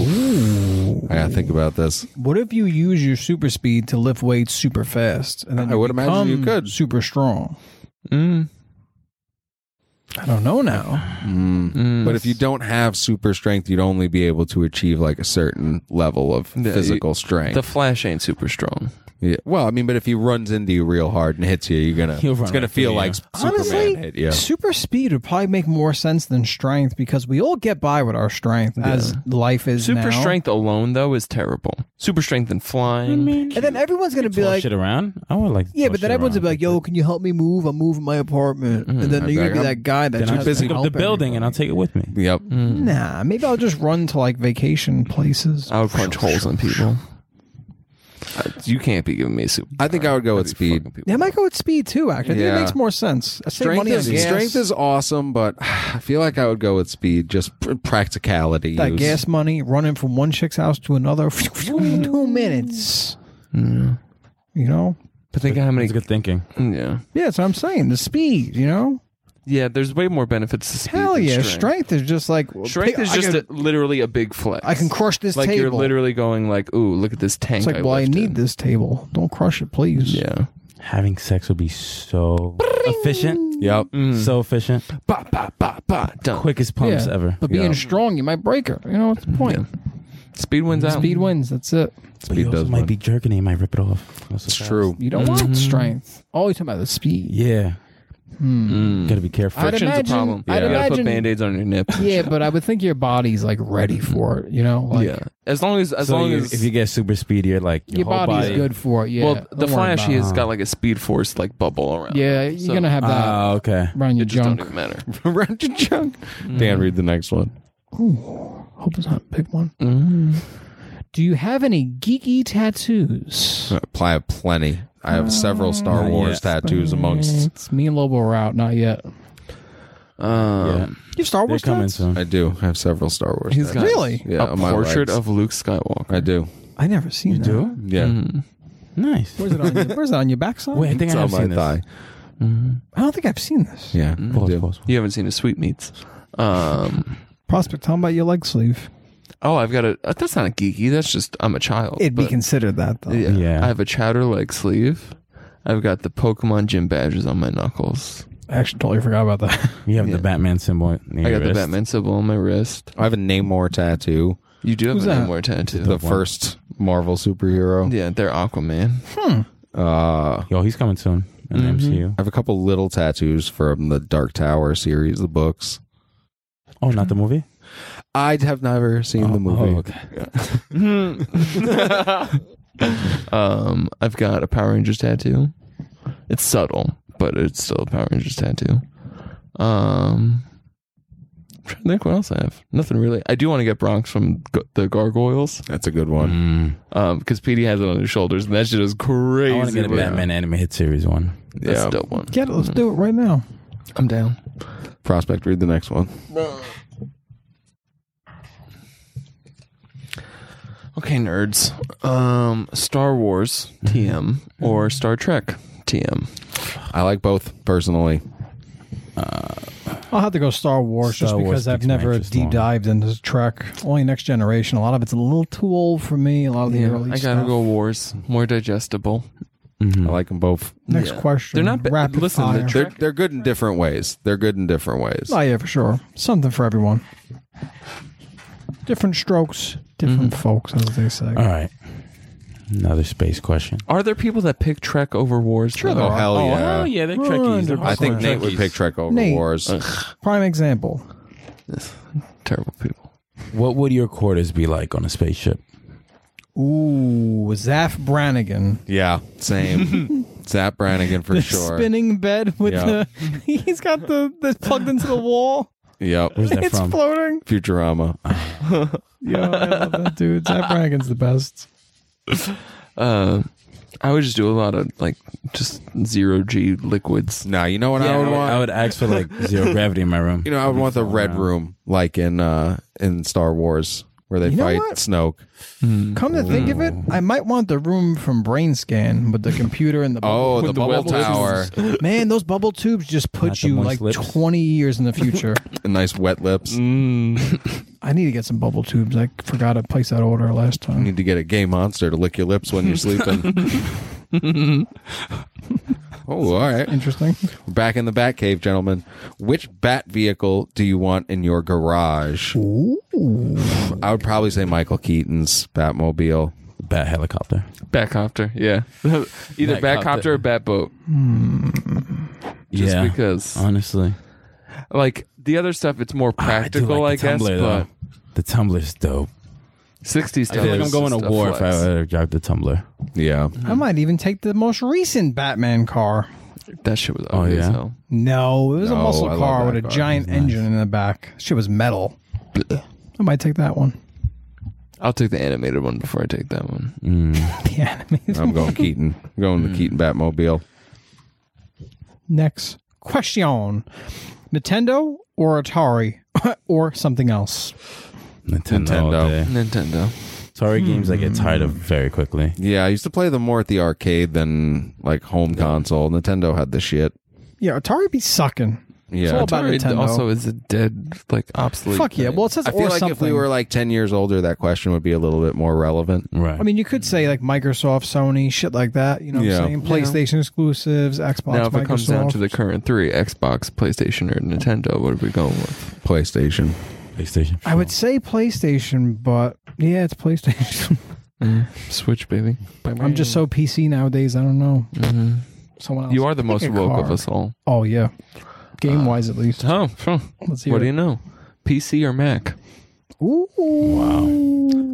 [SPEAKER 1] gotta think about this.
[SPEAKER 3] What if you use your super speed to lift weights super fast? And then
[SPEAKER 1] I would imagine you
[SPEAKER 3] become
[SPEAKER 2] Mm-hmm.
[SPEAKER 1] could.
[SPEAKER 3] super strong.
[SPEAKER 2] Mm.
[SPEAKER 3] I don't know now.
[SPEAKER 1] Mm. But if you don't have super strength, you'd only be able to achieve like a certain level of
[SPEAKER 2] you-
[SPEAKER 1] physical strength.
[SPEAKER 2] The Flash ain't super strong.
[SPEAKER 1] yeah. Well, I mean, but if he runs into you real hard and hits you, you're gonna
[SPEAKER 4] He'll run
[SPEAKER 1] it's gonna
[SPEAKER 4] right
[SPEAKER 1] feel
[SPEAKER 4] through
[SPEAKER 1] like
[SPEAKER 4] you.
[SPEAKER 1] Superman
[SPEAKER 3] Honestly,
[SPEAKER 1] hit you.
[SPEAKER 3] super speed would probably make more sense than strength because we all get by with our strength as life is
[SPEAKER 2] Super
[SPEAKER 3] now.
[SPEAKER 2] strength alone though is terrible. Super strength and flying.
[SPEAKER 3] and then everyone's gonna be
[SPEAKER 4] Toss
[SPEAKER 3] like,
[SPEAKER 4] shit around. I would like. to
[SPEAKER 3] yeah,
[SPEAKER 4] toss
[SPEAKER 3] but then
[SPEAKER 4] shit
[SPEAKER 3] everyone's
[SPEAKER 4] around.
[SPEAKER 3] gonna be like, yo, can you help me move? I'm moving my apartment, and then you're gonna be that guy that's
[SPEAKER 4] then I'll
[SPEAKER 3] just
[SPEAKER 4] busy
[SPEAKER 3] busy
[SPEAKER 4] pick up the building and I'll take it with me.
[SPEAKER 1] Yep.
[SPEAKER 3] Mm. Nah, maybe I'll just run to like vacation places.
[SPEAKER 2] I would punch holes in people. Uh, You can't be giving me a super.
[SPEAKER 1] I think I would go with speed.
[SPEAKER 3] Yeah, I might go with speed too. Actually, I think
[SPEAKER 1] Yeah.
[SPEAKER 3] it makes more sense. I save
[SPEAKER 1] Strength
[SPEAKER 3] money on
[SPEAKER 1] is,
[SPEAKER 3] gas.
[SPEAKER 1] strength is awesome, but (sighs) I feel like I would go with speed, just pr- practicality.
[SPEAKER 3] that
[SPEAKER 1] use.
[SPEAKER 3] gas money running from one chick's house to another. (laughs) Two minutes. You know.
[SPEAKER 2] But think of how many.
[SPEAKER 4] It's good thinking.
[SPEAKER 2] Yeah,
[SPEAKER 3] Yeah, that's what I'm saying. The speed, you know.
[SPEAKER 2] yeah. There's way more benefits to speed.
[SPEAKER 3] Hell
[SPEAKER 2] than
[SPEAKER 3] yeah, strength.
[SPEAKER 2] strength.
[SPEAKER 3] is just like
[SPEAKER 2] Strength is
[SPEAKER 3] I
[SPEAKER 2] just
[SPEAKER 3] can,
[SPEAKER 2] a, literally a big flex.
[SPEAKER 3] I can crush this
[SPEAKER 2] like
[SPEAKER 3] table.
[SPEAKER 2] you're literally going like, ooh, look at this tank.
[SPEAKER 3] it's like, well, I
[SPEAKER 2] lifted."
[SPEAKER 3] need this table. Don't crush it, please.
[SPEAKER 2] Yeah.
[SPEAKER 4] Having sex would be so efficient.
[SPEAKER 1] Yep.
[SPEAKER 4] So efficient.
[SPEAKER 2] Ba ba ba ba. Done.
[SPEAKER 4] Quickest pumps
[SPEAKER 3] Mm. Yeah.
[SPEAKER 4] ever.
[SPEAKER 3] But being strong, you might break her. You know what's the point?
[SPEAKER 2] Speed wins out.
[SPEAKER 3] Speed wins. That's it.
[SPEAKER 4] But you
[SPEAKER 1] Speed
[SPEAKER 4] also
[SPEAKER 1] does
[SPEAKER 4] might
[SPEAKER 1] win.
[SPEAKER 4] be jerking. and You might rip it off. That's
[SPEAKER 1] It's true.
[SPEAKER 3] You don't
[SPEAKER 2] Mm-hmm.
[SPEAKER 3] want strength. Oh, you're talking about the speed. Hmm.
[SPEAKER 4] Yeah.
[SPEAKER 2] Mm.
[SPEAKER 4] Gotta be careful.
[SPEAKER 3] I'd
[SPEAKER 2] Friction's
[SPEAKER 3] imagine-
[SPEAKER 2] a problem.
[SPEAKER 1] I'd
[SPEAKER 2] you gotta
[SPEAKER 3] imagine-
[SPEAKER 2] put band-aids on your nip.
[SPEAKER 3] Yeah, but I would think your body's like ready for it. You know, (laughs) like
[SPEAKER 2] yeah. As long as as
[SPEAKER 4] so
[SPEAKER 2] long
[SPEAKER 4] you,
[SPEAKER 2] as
[SPEAKER 4] if you get super speedy, you're like your,
[SPEAKER 3] your
[SPEAKER 4] whole
[SPEAKER 3] body's
[SPEAKER 4] body.
[SPEAKER 3] good for it. Yeah.
[SPEAKER 2] well, the
[SPEAKER 3] Don't worry
[SPEAKER 2] Flash he
[SPEAKER 3] about
[SPEAKER 2] has got like a speed force like bubble around.
[SPEAKER 3] it. Yeah, you're
[SPEAKER 2] so- uh,
[SPEAKER 3] gonna have that
[SPEAKER 4] Ah, okay.
[SPEAKER 3] around your
[SPEAKER 2] It just
[SPEAKER 3] junk.
[SPEAKER 2] don't even matter.
[SPEAKER 3] (laughs)
[SPEAKER 2] Mm.
[SPEAKER 1] Round your junk. Dan, read the next one.
[SPEAKER 3] Ooh, hope it's not a big one. Mm-hmm. Do you have any geeky tattoos?
[SPEAKER 1] I have plenty. I have several Star
[SPEAKER 4] Mm, Not
[SPEAKER 1] Wars
[SPEAKER 4] yet. Mm.
[SPEAKER 1] tattoos amongst.
[SPEAKER 3] It's me and Lobo are out. Not yet. You
[SPEAKER 4] Yeah.
[SPEAKER 2] Um,
[SPEAKER 3] have Star
[SPEAKER 4] They're
[SPEAKER 3] Wars
[SPEAKER 4] coming
[SPEAKER 3] tats?
[SPEAKER 4] soon.
[SPEAKER 1] I do. I have several Star Wars.
[SPEAKER 2] He's
[SPEAKER 1] tattoos.
[SPEAKER 2] got
[SPEAKER 3] Really?
[SPEAKER 1] Yeah,
[SPEAKER 2] a
[SPEAKER 1] on my
[SPEAKER 2] portrait
[SPEAKER 1] legs.
[SPEAKER 2] of Luke Skywalker.
[SPEAKER 1] I do.
[SPEAKER 3] I never seen that.
[SPEAKER 1] Yeah.
[SPEAKER 3] Mm-hmm.
[SPEAKER 4] Nice.
[SPEAKER 3] Where's it on? your- Where's it on your backside?
[SPEAKER 4] Wait, I Mm-hmm. think
[SPEAKER 1] It's
[SPEAKER 4] I
[SPEAKER 1] on
[SPEAKER 4] have
[SPEAKER 1] my
[SPEAKER 4] seen
[SPEAKER 1] thigh.
[SPEAKER 4] this. Mm.
[SPEAKER 3] I don't think I've seen this.
[SPEAKER 1] Yeah. I
[SPEAKER 4] Pause,
[SPEAKER 1] do.
[SPEAKER 4] pause, pause.
[SPEAKER 2] You haven't seen his sweetmeats.
[SPEAKER 3] (laughs)
[SPEAKER 2] Um,
[SPEAKER 3] Prospect, tell 'em about your leg sleeve.
[SPEAKER 2] oh, I've got a. uh, That's not a geeky. That's just I'm a child.
[SPEAKER 3] It'd be
[SPEAKER 2] but-
[SPEAKER 3] considered that though.
[SPEAKER 2] yeah.
[SPEAKER 4] Yeah.
[SPEAKER 2] I have a chowder leg sleeve. I've got the Pokemon gym badges on my knuckles.
[SPEAKER 3] I actually totally forgot about that.
[SPEAKER 4] You have
[SPEAKER 2] Yeah.
[SPEAKER 4] the Batman symbol.
[SPEAKER 2] I got the Batman symbol on my wrist.
[SPEAKER 1] I have a Namor tattoo.
[SPEAKER 2] You do have
[SPEAKER 3] Who's
[SPEAKER 2] a
[SPEAKER 3] that?
[SPEAKER 2] Namor tattoo.
[SPEAKER 1] The first Marvel superhero.
[SPEAKER 2] (laughs) yeah, they're Aquaman.
[SPEAKER 4] (laughs)
[SPEAKER 1] Uh,
[SPEAKER 4] Yo, he's coming soon in
[SPEAKER 3] Mm-hmm.
[SPEAKER 4] the MCU.
[SPEAKER 1] I have a couple little tattoos from the Dark Tower series, the books.
[SPEAKER 4] Oh, not the movie.
[SPEAKER 1] I have never seen
[SPEAKER 4] oh,
[SPEAKER 1] the movie.
[SPEAKER 4] oh, okay.
[SPEAKER 2] Um, I've got a Power Rangers tattoo. It's subtle, but it's still a Power Rangers tattoo. Um, I'm trying to think what else I have. Nothing really. I do want to get Bronx from g- the Gargoyles
[SPEAKER 1] That's a good
[SPEAKER 4] Mm.
[SPEAKER 1] one.
[SPEAKER 2] um, because PD has it on his shoulders, and that shit is crazy.
[SPEAKER 4] I want to get a
[SPEAKER 2] but-
[SPEAKER 4] Batman animated series one.
[SPEAKER 2] That's
[SPEAKER 1] Yeah.
[SPEAKER 2] a dope one.
[SPEAKER 3] Get it. Let's do it right now.
[SPEAKER 2] I'm down.
[SPEAKER 1] Prospect, read the next one.
[SPEAKER 2] Okay, nerds. Um, Star Wars TM
[SPEAKER 4] Mm-hmm.
[SPEAKER 2] or Star Trek TM.
[SPEAKER 1] I like both personally.
[SPEAKER 3] I'll have to go Star Wars
[SPEAKER 4] Star
[SPEAKER 3] just
[SPEAKER 4] Wars
[SPEAKER 3] because I've
[SPEAKER 4] piques my
[SPEAKER 3] never
[SPEAKER 4] interest
[SPEAKER 3] deep
[SPEAKER 4] more.
[SPEAKER 3] dived into the Trek. Only Next Generation. A lot of it's a little too old for me.
[SPEAKER 4] Oh,
[SPEAKER 3] A lot of the
[SPEAKER 2] Yeah, I
[SPEAKER 3] early
[SPEAKER 2] gotta
[SPEAKER 3] stuff.
[SPEAKER 2] go Wars, more digestible.
[SPEAKER 4] Mm-hmm. Hmm.
[SPEAKER 1] I like them both.
[SPEAKER 3] Next
[SPEAKER 2] Yeah.
[SPEAKER 3] question.
[SPEAKER 2] They're not ba-
[SPEAKER 3] rapid
[SPEAKER 2] listen, the
[SPEAKER 3] fire.
[SPEAKER 2] Trek-
[SPEAKER 1] They're they're good in different ways. They're good in different ways.
[SPEAKER 3] Oh yeah, for sure. Something for everyone. Different strokes, different
[SPEAKER 2] Mm-hmm.
[SPEAKER 3] folks, as they say.
[SPEAKER 2] Uh-huh.
[SPEAKER 4] All right. Another space question.
[SPEAKER 2] Are there people that pick Trek over Wars? Sure,
[SPEAKER 1] oh hell yeah!
[SPEAKER 4] yeah, they're
[SPEAKER 3] Trekkies. They're
[SPEAKER 1] I think
[SPEAKER 3] Trekkies.
[SPEAKER 1] Nate would pick Trek over
[SPEAKER 3] Nate.
[SPEAKER 1] Wars.
[SPEAKER 3] Prime example.
[SPEAKER 2] terrible people.
[SPEAKER 4] What would your quarters be like on a spaceship?
[SPEAKER 3] Ooh, Zaf Brannigan.
[SPEAKER 1] (laughs) Yeah, same. Zap Brannigan for sure.
[SPEAKER 3] Spinning bed with
[SPEAKER 1] Yeah.
[SPEAKER 3] the (laughs) he's got the that's plugged into the wall.
[SPEAKER 1] Yep,
[SPEAKER 4] Where's that
[SPEAKER 3] It's
[SPEAKER 4] from?
[SPEAKER 2] (laughs)
[SPEAKER 3] floating.
[SPEAKER 1] Futurama.
[SPEAKER 3] Yo, I love that dude. Zaf Brannigan's the best.
[SPEAKER 2] Uh, I would just do a lot of like just zero G liquids.
[SPEAKER 1] Now you know what I would want.
[SPEAKER 4] I would ask for like zero gravity in my
[SPEAKER 2] (laughs)
[SPEAKER 4] room.
[SPEAKER 1] you know, I would want the red room, like in uh in Star Wars, where they
[SPEAKER 3] You know
[SPEAKER 1] fight
[SPEAKER 3] what?
[SPEAKER 1] Snoke.
[SPEAKER 3] Come to think of it,
[SPEAKER 1] Mm.
[SPEAKER 3] I might want the room from Brain Scan with the computer and the
[SPEAKER 1] Oh,
[SPEAKER 3] bubble-
[SPEAKER 1] the,
[SPEAKER 2] the
[SPEAKER 1] bubble
[SPEAKER 2] wobble
[SPEAKER 1] tower,
[SPEAKER 3] man, those bubble tubes just put
[SPEAKER 4] Not the
[SPEAKER 3] you
[SPEAKER 4] moist
[SPEAKER 3] like
[SPEAKER 4] lips.
[SPEAKER 3] twenty years in
[SPEAKER 4] (laughs)
[SPEAKER 3] the future.
[SPEAKER 1] nice wet lips.
[SPEAKER 3] I need to get some bubble tubes. I forgot to place that order last time.
[SPEAKER 1] You need to get a gay monster to lick your lips when you're sleeping. Oh, all right.
[SPEAKER 3] Interesting.
[SPEAKER 1] We're back in the Bat Cave, gentlemen. Which Bat vehicle do you want in your garage? I would probably say Michael Keaton's Batmobile.
[SPEAKER 4] Bat helicopter.
[SPEAKER 2] Batcopter, yeah. (laughs) Either Batcopter or Batboat. Just
[SPEAKER 4] yeah. Uh,
[SPEAKER 2] because.
[SPEAKER 4] Honestly.
[SPEAKER 2] Like the other stuff, it's more practical, I,
[SPEAKER 4] the
[SPEAKER 2] guess.
[SPEAKER 4] Tumbler,
[SPEAKER 2] but
[SPEAKER 4] the Tumbler's dope.
[SPEAKER 2] 60s
[SPEAKER 4] I feel like I'm
[SPEAKER 2] Tumblers
[SPEAKER 4] going
[SPEAKER 2] is
[SPEAKER 4] to
[SPEAKER 2] a
[SPEAKER 4] war if I
[SPEAKER 2] flex.
[SPEAKER 4] ever drive the Tumbler.
[SPEAKER 1] Yeah.
[SPEAKER 3] I might even take the most recent Batman car.
[SPEAKER 2] That shit was ugly as
[SPEAKER 4] Oh, yeah?
[SPEAKER 2] hell.
[SPEAKER 3] No, it was a
[SPEAKER 1] No,
[SPEAKER 3] muscle
[SPEAKER 1] I love
[SPEAKER 3] car
[SPEAKER 1] that
[SPEAKER 3] with a
[SPEAKER 1] car.
[SPEAKER 3] giant engine in the back. Shit was metal. I might take that one. (laughs)
[SPEAKER 2] I'll take the animated one before I take that one.
[SPEAKER 3] The animated
[SPEAKER 1] I'm
[SPEAKER 3] (laughs)
[SPEAKER 1] going Keaton. I'm going the Keaton Batmobile.
[SPEAKER 3] Next question Nintendo or Atari (laughs) or something else?
[SPEAKER 4] Nintendo. all
[SPEAKER 1] Nintendo.
[SPEAKER 4] day.
[SPEAKER 2] Nintendo.
[SPEAKER 4] Sorry, games I get tired of very quickly.
[SPEAKER 1] Yeah, I used to play them more at the arcade than like home console. Nintendo had the shit.
[SPEAKER 3] Yeah, Atari be sucking.
[SPEAKER 1] Yeah.
[SPEAKER 3] all about
[SPEAKER 2] Atari
[SPEAKER 3] Nintendo.
[SPEAKER 2] also is a dead, like obsolete.
[SPEAKER 3] Fuck yeah.
[SPEAKER 2] thing.
[SPEAKER 3] Well, it says
[SPEAKER 1] I feel
[SPEAKER 3] or
[SPEAKER 1] like
[SPEAKER 3] something.
[SPEAKER 1] if we were like 10 years older, that question would be a little bit more relevant.
[SPEAKER 4] Right.
[SPEAKER 3] I mean, you could say like Microsoft, Sony, shit like that. You know what
[SPEAKER 1] Yeah.
[SPEAKER 3] I'm saying? PlayStation exclusives, Xbox,
[SPEAKER 2] now if
[SPEAKER 3] Microsoft.
[SPEAKER 2] it comes down to the current three, Xbox, PlayStation, or Nintendo, what are we going with?
[SPEAKER 1] PlayStation.
[SPEAKER 4] PlayStation.
[SPEAKER 3] I would say PlayStation, but yeah,
[SPEAKER 2] (laughs)
[SPEAKER 3] it's PlayStation.
[SPEAKER 2] Switch, baby.
[SPEAKER 3] I'm just so PC nowadays. I don't know.
[SPEAKER 2] Mhm.
[SPEAKER 3] Someone else.
[SPEAKER 2] You are the most
[SPEAKER 3] Pick a
[SPEAKER 2] woke of
[SPEAKER 3] card.
[SPEAKER 2] us all.
[SPEAKER 3] Oh yeah, game wise at least.
[SPEAKER 2] Oh,
[SPEAKER 3] Let's hear
[SPEAKER 2] what do you
[SPEAKER 3] it.
[SPEAKER 2] know? PC or Mac?
[SPEAKER 3] Ooh.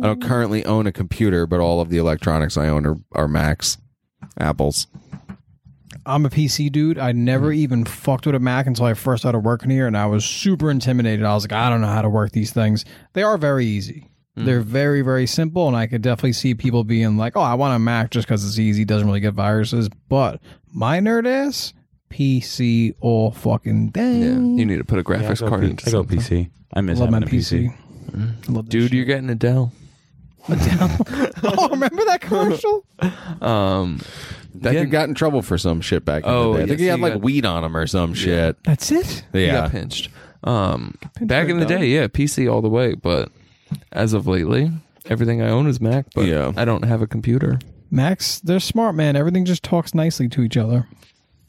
[SPEAKER 1] I don't
[SPEAKER 3] Mm.
[SPEAKER 1] currently own a computer, but all of the electronics I own are, are Macs, Apples.
[SPEAKER 3] I'm a PC dude. I never
[SPEAKER 2] Mm-hmm.
[SPEAKER 3] even fucked with a Mac until I first started working here, and I was super intimidated. I was like, I don't know how to work these things. They are very easy.
[SPEAKER 2] Mm.
[SPEAKER 3] They're very very simple, and I could definitely see people being like, "Oh, I want a Mac just because it's easy, doesn't really get viruses." But my nerd ass PC all fucking day.
[SPEAKER 2] Yeah, you need to put a
[SPEAKER 4] Yeah, I
[SPEAKER 2] graphics
[SPEAKER 4] go
[SPEAKER 2] card
[SPEAKER 4] P-
[SPEAKER 2] into
[SPEAKER 4] I go
[SPEAKER 2] something.
[SPEAKER 4] PC. I miss
[SPEAKER 3] Love my
[SPEAKER 4] having a
[SPEAKER 3] PC. Love that
[SPEAKER 2] Mm. Dude, you're getting a Dell.
[SPEAKER 3] (laughs) oh, remember that
[SPEAKER 2] (laughs)
[SPEAKER 3] commercial?
[SPEAKER 2] Um,
[SPEAKER 1] That
[SPEAKER 2] Yeah.
[SPEAKER 1] dude got in trouble for some shit back in the
[SPEAKER 2] Oh,
[SPEAKER 1] day. I
[SPEAKER 2] yes,
[SPEAKER 1] think he had
[SPEAKER 2] he
[SPEAKER 1] like
[SPEAKER 2] got-
[SPEAKER 1] weed on him or some shit.
[SPEAKER 3] That's it.
[SPEAKER 2] he
[SPEAKER 1] Yeah.
[SPEAKER 2] got pinched. Um, back
[SPEAKER 3] or
[SPEAKER 2] in the
[SPEAKER 3] Dell?
[SPEAKER 2] day, yeah, PC all the way. But as of lately, everything I own is Mac. But
[SPEAKER 1] Yeah.
[SPEAKER 2] I don't have a computer.
[SPEAKER 3] Max, they're smart, man. Everything just talks nicely to each other.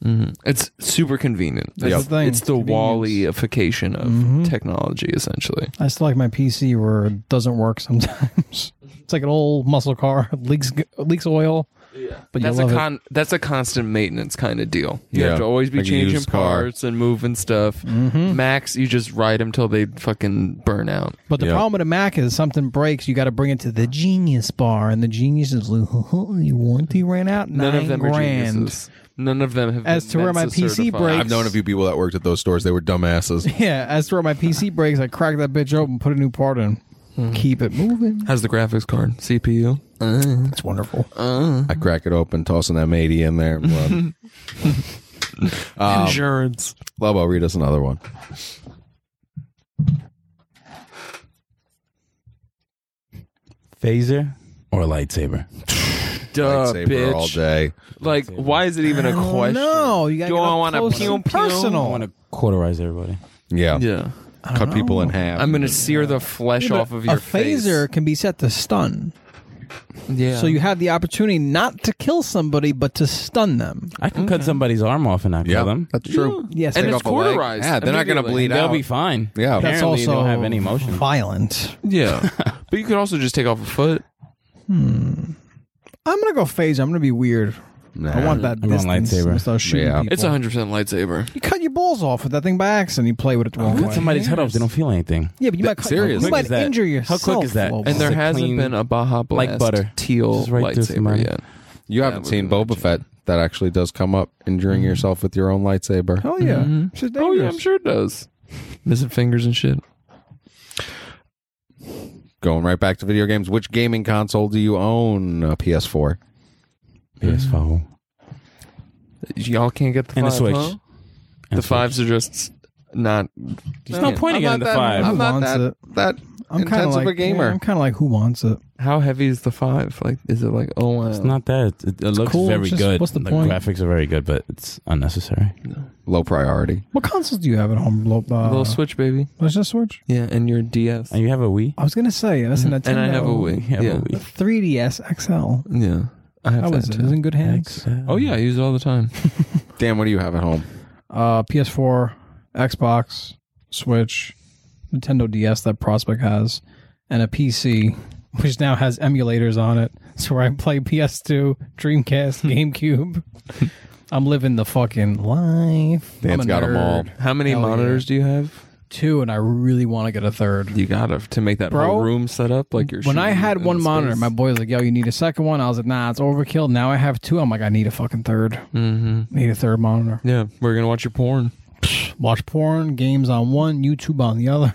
[SPEAKER 2] Mm-hmm. It's super convenient.
[SPEAKER 3] That's
[SPEAKER 1] Yep.
[SPEAKER 3] the thing.
[SPEAKER 2] It's the
[SPEAKER 3] Convenience. Mm-hmm.
[SPEAKER 2] Wallyification of technology, essentially.
[SPEAKER 3] I still like my PC where it doesn't work sometimes. (laughs) It's like an old muscle car (laughs) leaks leaks oil. Yeah, but you
[SPEAKER 2] That's a
[SPEAKER 3] love
[SPEAKER 2] con. That's a constant maintenance kind of deal. You
[SPEAKER 1] Yeah.
[SPEAKER 2] have to always be
[SPEAKER 1] Like a
[SPEAKER 2] changing
[SPEAKER 1] used car.
[SPEAKER 2] parts and moving stuff.
[SPEAKER 3] Mm-hmm.
[SPEAKER 2] Max, you just ride them till they fucking burn out.
[SPEAKER 3] it. But the
[SPEAKER 1] Yeah.
[SPEAKER 3] problem with a Mac is something breaks, you got to bring it to the Genius Bar, and the Genius is like, (laughs) your warranty ran out.
[SPEAKER 2] None
[SPEAKER 3] Nine
[SPEAKER 2] of them
[SPEAKER 3] grand.
[SPEAKER 2] are geniuses. None of them have.
[SPEAKER 3] As
[SPEAKER 2] been
[SPEAKER 3] to where my
[SPEAKER 2] Mensa
[SPEAKER 3] PC
[SPEAKER 2] certified.
[SPEAKER 3] breaks-
[SPEAKER 1] I've known a few people that worked at those stores. They were (laughs) dumbasses.
[SPEAKER 3] (laughs) Yeah, as for my PC breaks, I crack that bitch open, put a new part in,
[SPEAKER 2] Mm-hmm.
[SPEAKER 3] keep it moving.
[SPEAKER 1] (laughs)
[SPEAKER 2] How's the graphics card? CPU.
[SPEAKER 3] That's wonderful.
[SPEAKER 2] Uh,
[SPEAKER 1] I crack it open, tossing that matey in there. (laughs) Love.
[SPEAKER 3] Um,
[SPEAKER 2] Insurance.
[SPEAKER 1] Lobo, read us another one.
[SPEAKER 4] Phaser or lightsaber?
[SPEAKER 2] Duh,
[SPEAKER 1] Lightsaber
[SPEAKER 2] bitch.
[SPEAKER 1] all day.
[SPEAKER 2] Like, why is it even a question?
[SPEAKER 3] No, you got
[SPEAKER 2] Do
[SPEAKER 3] to
[SPEAKER 2] I wanna
[SPEAKER 3] close
[SPEAKER 2] pew,
[SPEAKER 3] and
[SPEAKER 2] pew?
[SPEAKER 4] I
[SPEAKER 3] personal.
[SPEAKER 4] want to cauterize everybody.
[SPEAKER 1] Yeah. Oh.
[SPEAKER 2] Yeah,
[SPEAKER 1] Cut people in half.
[SPEAKER 2] I'm gonna sear the flesh off of your
[SPEAKER 3] a phaser
[SPEAKER 2] face.
[SPEAKER 3] can be set to stun,
[SPEAKER 2] Yeah.
[SPEAKER 3] so you have the opportunity not to kill somebody but to stun them.
[SPEAKER 4] I can cut somebody's arm off and not
[SPEAKER 1] yeah,
[SPEAKER 4] kill them.
[SPEAKER 1] that's true.
[SPEAKER 3] Yes,
[SPEAKER 2] And
[SPEAKER 3] take
[SPEAKER 2] it's
[SPEAKER 1] off a leg.
[SPEAKER 2] cauterized.
[SPEAKER 1] Yeah, they're not gonna
[SPEAKER 2] immediately.
[SPEAKER 1] bleed
[SPEAKER 4] They'll
[SPEAKER 1] out.
[SPEAKER 4] be fine.
[SPEAKER 1] Yeah.
[SPEAKER 3] That's
[SPEAKER 4] Apparently,
[SPEAKER 3] also
[SPEAKER 4] they don't have any motion.
[SPEAKER 3] Violent.
[SPEAKER 4] (laughs)
[SPEAKER 2] Yeah, but you could also just take off a foot.
[SPEAKER 3] I'm gonna go phaser. I'm gonna be weird. I want that
[SPEAKER 4] I'm going
[SPEAKER 3] distance.
[SPEAKER 4] lightsaber.
[SPEAKER 3] and start shooting
[SPEAKER 1] Yeah.
[SPEAKER 3] people.
[SPEAKER 2] It's 100% lightsaber.
[SPEAKER 3] you cut your balls off with that thing by accident. You play with it the wrong way.
[SPEAKER 4] Cut Oh, somebody's head off. They don't feel anything.
[SPEAKER 3] yeah, but you might
[SPEAKER 1] That-
[SPEAKER 3] cut,
[SPEAKER 1] seriously.
[SPEAKER 3] you
[SPEAKER 1] How quick
[SPEAKER 3] might
[SPEAKER 4] is that?
[SPEAKER 3] injure yourself.
[SPEAKER 4] quick is that?
[SPEAKER 3] Lobo.
[SPEAKER 2] And there
[SPEAKER 4] It's a
[SPEAKER 2] hasn't
[SPEAKER 4] clean-
[SPEAKER 2] been a Baja Blast
[SPEAKER 4] like butter.
[SPEAKER 2] teal
[SPEAKER 4] Just right through through
[SPEAKER 2] lightsaber
[SPEAKER 4] mine.
[SPEAKER 2] yet.
[SPEAKER 1] You haven't
[SPEAKER 2] was
[SPEAKER 1] seen
[SPEAKER 2] gonna
[SPEAKER 1] Boba Fett. That actually does come up injuring yourself with your own lightsaber.
[SPEAKER 3] Hell yeah. Shit's
[SPEAKER 2] Oh yeah,
[SPEAKER 3] dangerous.
[SPEAKER 2] I'm sure it does. Missing fingers and shit.
[SPEAKER 1] Going right back to video games. Which gaming console do you own? Uh, A PS4.
[SPEAKER 4] PS5
[SPEAKER 2] Y'all can't get the
[SPEAKER 4] and a
[SPEAKER 2] five,
[SPEAKER 4] Switch.
[SPEAKER 2] huh?
[SPEAKER 4] And a
[SPEAKER 2] The
[SPEAKER 4] Switch.
[SPEAKER 2] fives are just not.
[SPEAKER 4] There's no point in getting the five.
[SPEAKER 3] I'm- Who
[SPEAKER 1] not
[SPEAKER 3] wants
[SPEAKER 1] that,
[SPEAKER 3] it?
[SPEAKER 1] that
[SPEAKER 3] I'm kind
[SPEAKER 1] intense
[SPEAKER 3] of
[SPEAKER 1] of
[SPEAKER 3] like
[SPEAKER 1] a gamer.
[SPEAKER 3] yeah, I'm kind of like who wants it?
[SPEAKER 2] How heavy is the five? Like, is it like oh wow?
[SPEAKER 4] It's not that. It, it looks
[SPEAKER 3] cool,
[SPEAKER 4] very
[SPEAKER 3] it's just-
[SPEAKER 4] good.
[SPEAKER 3] what's the
[SPEAKER 4] the
[SPEAKER 3] point?
[SPEAKER 4] graphics are very good, but it's unnecessary.
[SPEAKER 1] Low priority.
[SPEAKER 3] What consoles do you have at home? Lo-
[SPEAKER 2] a
[SPEAKER 3] Uh,
[SPEAKER 2] little Switch, baby.
[SPEAKER 3] What's that Switch?
[SPEAKER 2] Yeah, and your DS.
[SPEAKER 4] And Oh, you have a Wii?
[SPEAKER 3] I was gonna say that's a Nintendo.
[SPEAKER 2] and I have a Wii.
[SPEAKER 4] You have
[SPEAKER 2] yeah,
[SPEAKER 4] a Wii.
[SPEAKER 3] 3DS XL.
[SPEAKER 2] yeah. I have
[SPEAKER 3] How
[SPEAKER 2] that
[SPEAKER 3] is it?
[SPEAKER 2] too.
[SPEAKER 3] Is it in good hands?
[SPEAKER 4] Excellent.
[SPEAKER 2] Oh yeah, I use it all the time.
[SPEAKER 1] Dan, what do you have at home?
[SPEAKER 3] Uh, PS4, Xbox, Switch, Nintendo DS that Prospect has, and a PC (laughs) which now has emulators on it. (laughs) So where I play PS2, Dreamcast, GameCube. I'm living the fucking life.
[SPEAKER 1] Dan's
[SPEAKER 3] I'm a
[SPEAKER 1] got 'em all.
[SPEAKER 2] (laughs)
[SPEAKER 3] nerd.
[SPEAKER 2] How many
[SPEAKER 3] Hell yeah.
[SPEAKER 2] monitors do you have?
[SPEAKER 3] Two, and I really want to get a third.
[SPEAKER 2] You got to to make that
[SPEAKER 3] Bro,
[SPEAKER 2] whole room set up like your.
[SPEAKER 3] When I had one monitor, my boy was like, "Yo, you need a second one." I was like, "Nah, it's overkill." Now I have two. I'm like, "I need a fucking third.
[SPEAKER 2] Mm-hmm.
[SPEAKER 3] Need a third monitor.
[SPEAKER 2] Yeah, we're gonna watch your porn.
[SPEAKER 3] Watch porn, games on one, YouTube on the other."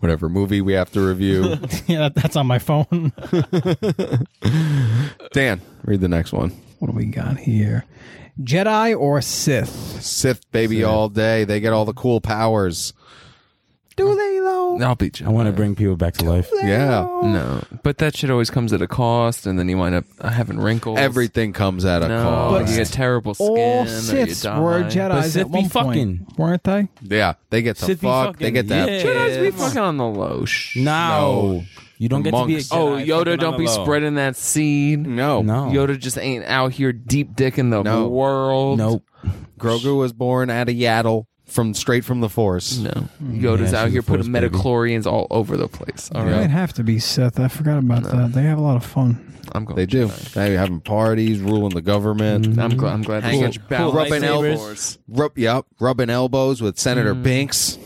[SPEAKER 1] Whatever movie we have to review.
[SPEAKER 3] (laughs) yeah, that, that's on my phone.
[SPEAKER 1] (laughs)
[SPEAKER 3] (laughs)
[SPEAKER 1] Dan, read the next one.
[SPEAKER 3] What do we got here? Jedi or Sith?
[SPEAKER 1] Sith baby all day. They get all the cool powers.
[SPEAKER 3] Do they though?
[SPEAKER 2] I'll beat you.
[SPEAKER 4] I want to bring people back to life.
[SPEAKER 1] Yeah.
[SPEAKER 2] No, but that shit always comes at a cost, and then you wind up having wrinkles.
[SPEAKER 1] Everything comes at a
[SPEAKER 2] no,
[SPEAKER 1] cost.
[SPEAKER 2] you get terrible skin.
[SPEAKER 3] All
[SPEAKER 2] or you
[SPEAKER 3] Siths
[SPEAKER 2] die.
[SPEAKER 3] were
[SPEAKER 4] But
[SPEAKER 3] Jedi's
[SPEAKER 4] Sith
[SPEAKER 3] at
[SPEAKER 4] be
[SPEAKER 3] one
[SPEAKER 4] fucking.
[SPEAKER 3] point, weren't they?
[SPEAKER 1] yeah. They get to
[SPEAKER 4] Sith be
[SPEAKER 1] fuck.
[SPEAKER 4] fucking-
[SPEAKER 1] They get that.
[SPEAKER 4] yeah.
[SPEAKER 2] Jedi's be
[SPEAKER 4] Yes.
[SPEAKER 2] fucking on the low. Shh.
[SPEAKER 4] No. You don't
[SPEAKER 1] The
[SPEAKER 4] get
[SPEAKER 1] monks.
[SPEAKER 4] to be a Jedi.
[SPEAKER 2] Oh,
[SPEAKER 4] fucking
[SPEAKER 2] Yoda,
[SPEAKER 4] on
[SPEAKER 2] don't
[SPEAKER 4] the
[SPEAKER 2] be
[SPEAKER 4] low. Mm.
[SPEAKER 2] spreading that seed.
[SPEAKER 1] No.
[SPEAKER 4] No.
[SPEAKER 2] Yoda just ain't out here deep dicking the
[SPEAKER 1] No.
[SPEAKER 2] world.
[SPEAKER 4] Nope.
[SPEAKER 1] Grogu was born at a yaddle from straight from the force.
[SPEAKER 2] No. Yoda's
[SPEAKER 4] Mm. Yeah,
[SPEAKER 2] out
[SPEAKER 4] she's
[SPEAKER 2] here
[SPEAKER 4] a force
[SPEAKER 2] putting
[SPEAKER 4] baby.
[SPEAKER 2] metachlorians all over the place. All
[SPEAKER 3] They
[SPEAKER 2] right.
[SPEAKER 3] might have to be Sith. I forgot about that. They have a lot of fun.
[SPEAKER 2] I'm going.
[SPEAKER 1] They do. They having parties, ruling the government.
[SPEAKER 2] I'm glad. I'm glad. there's
[SPEAKER 1] Hanging-
[SPEAKER 2] such
[SPEAKER 1] Mm-hmm. cool
[SPEAKER 2] balance.
[SPEAKER 1] rubbing elbows. Rub, yep, rubbing elbows with Senator Binks.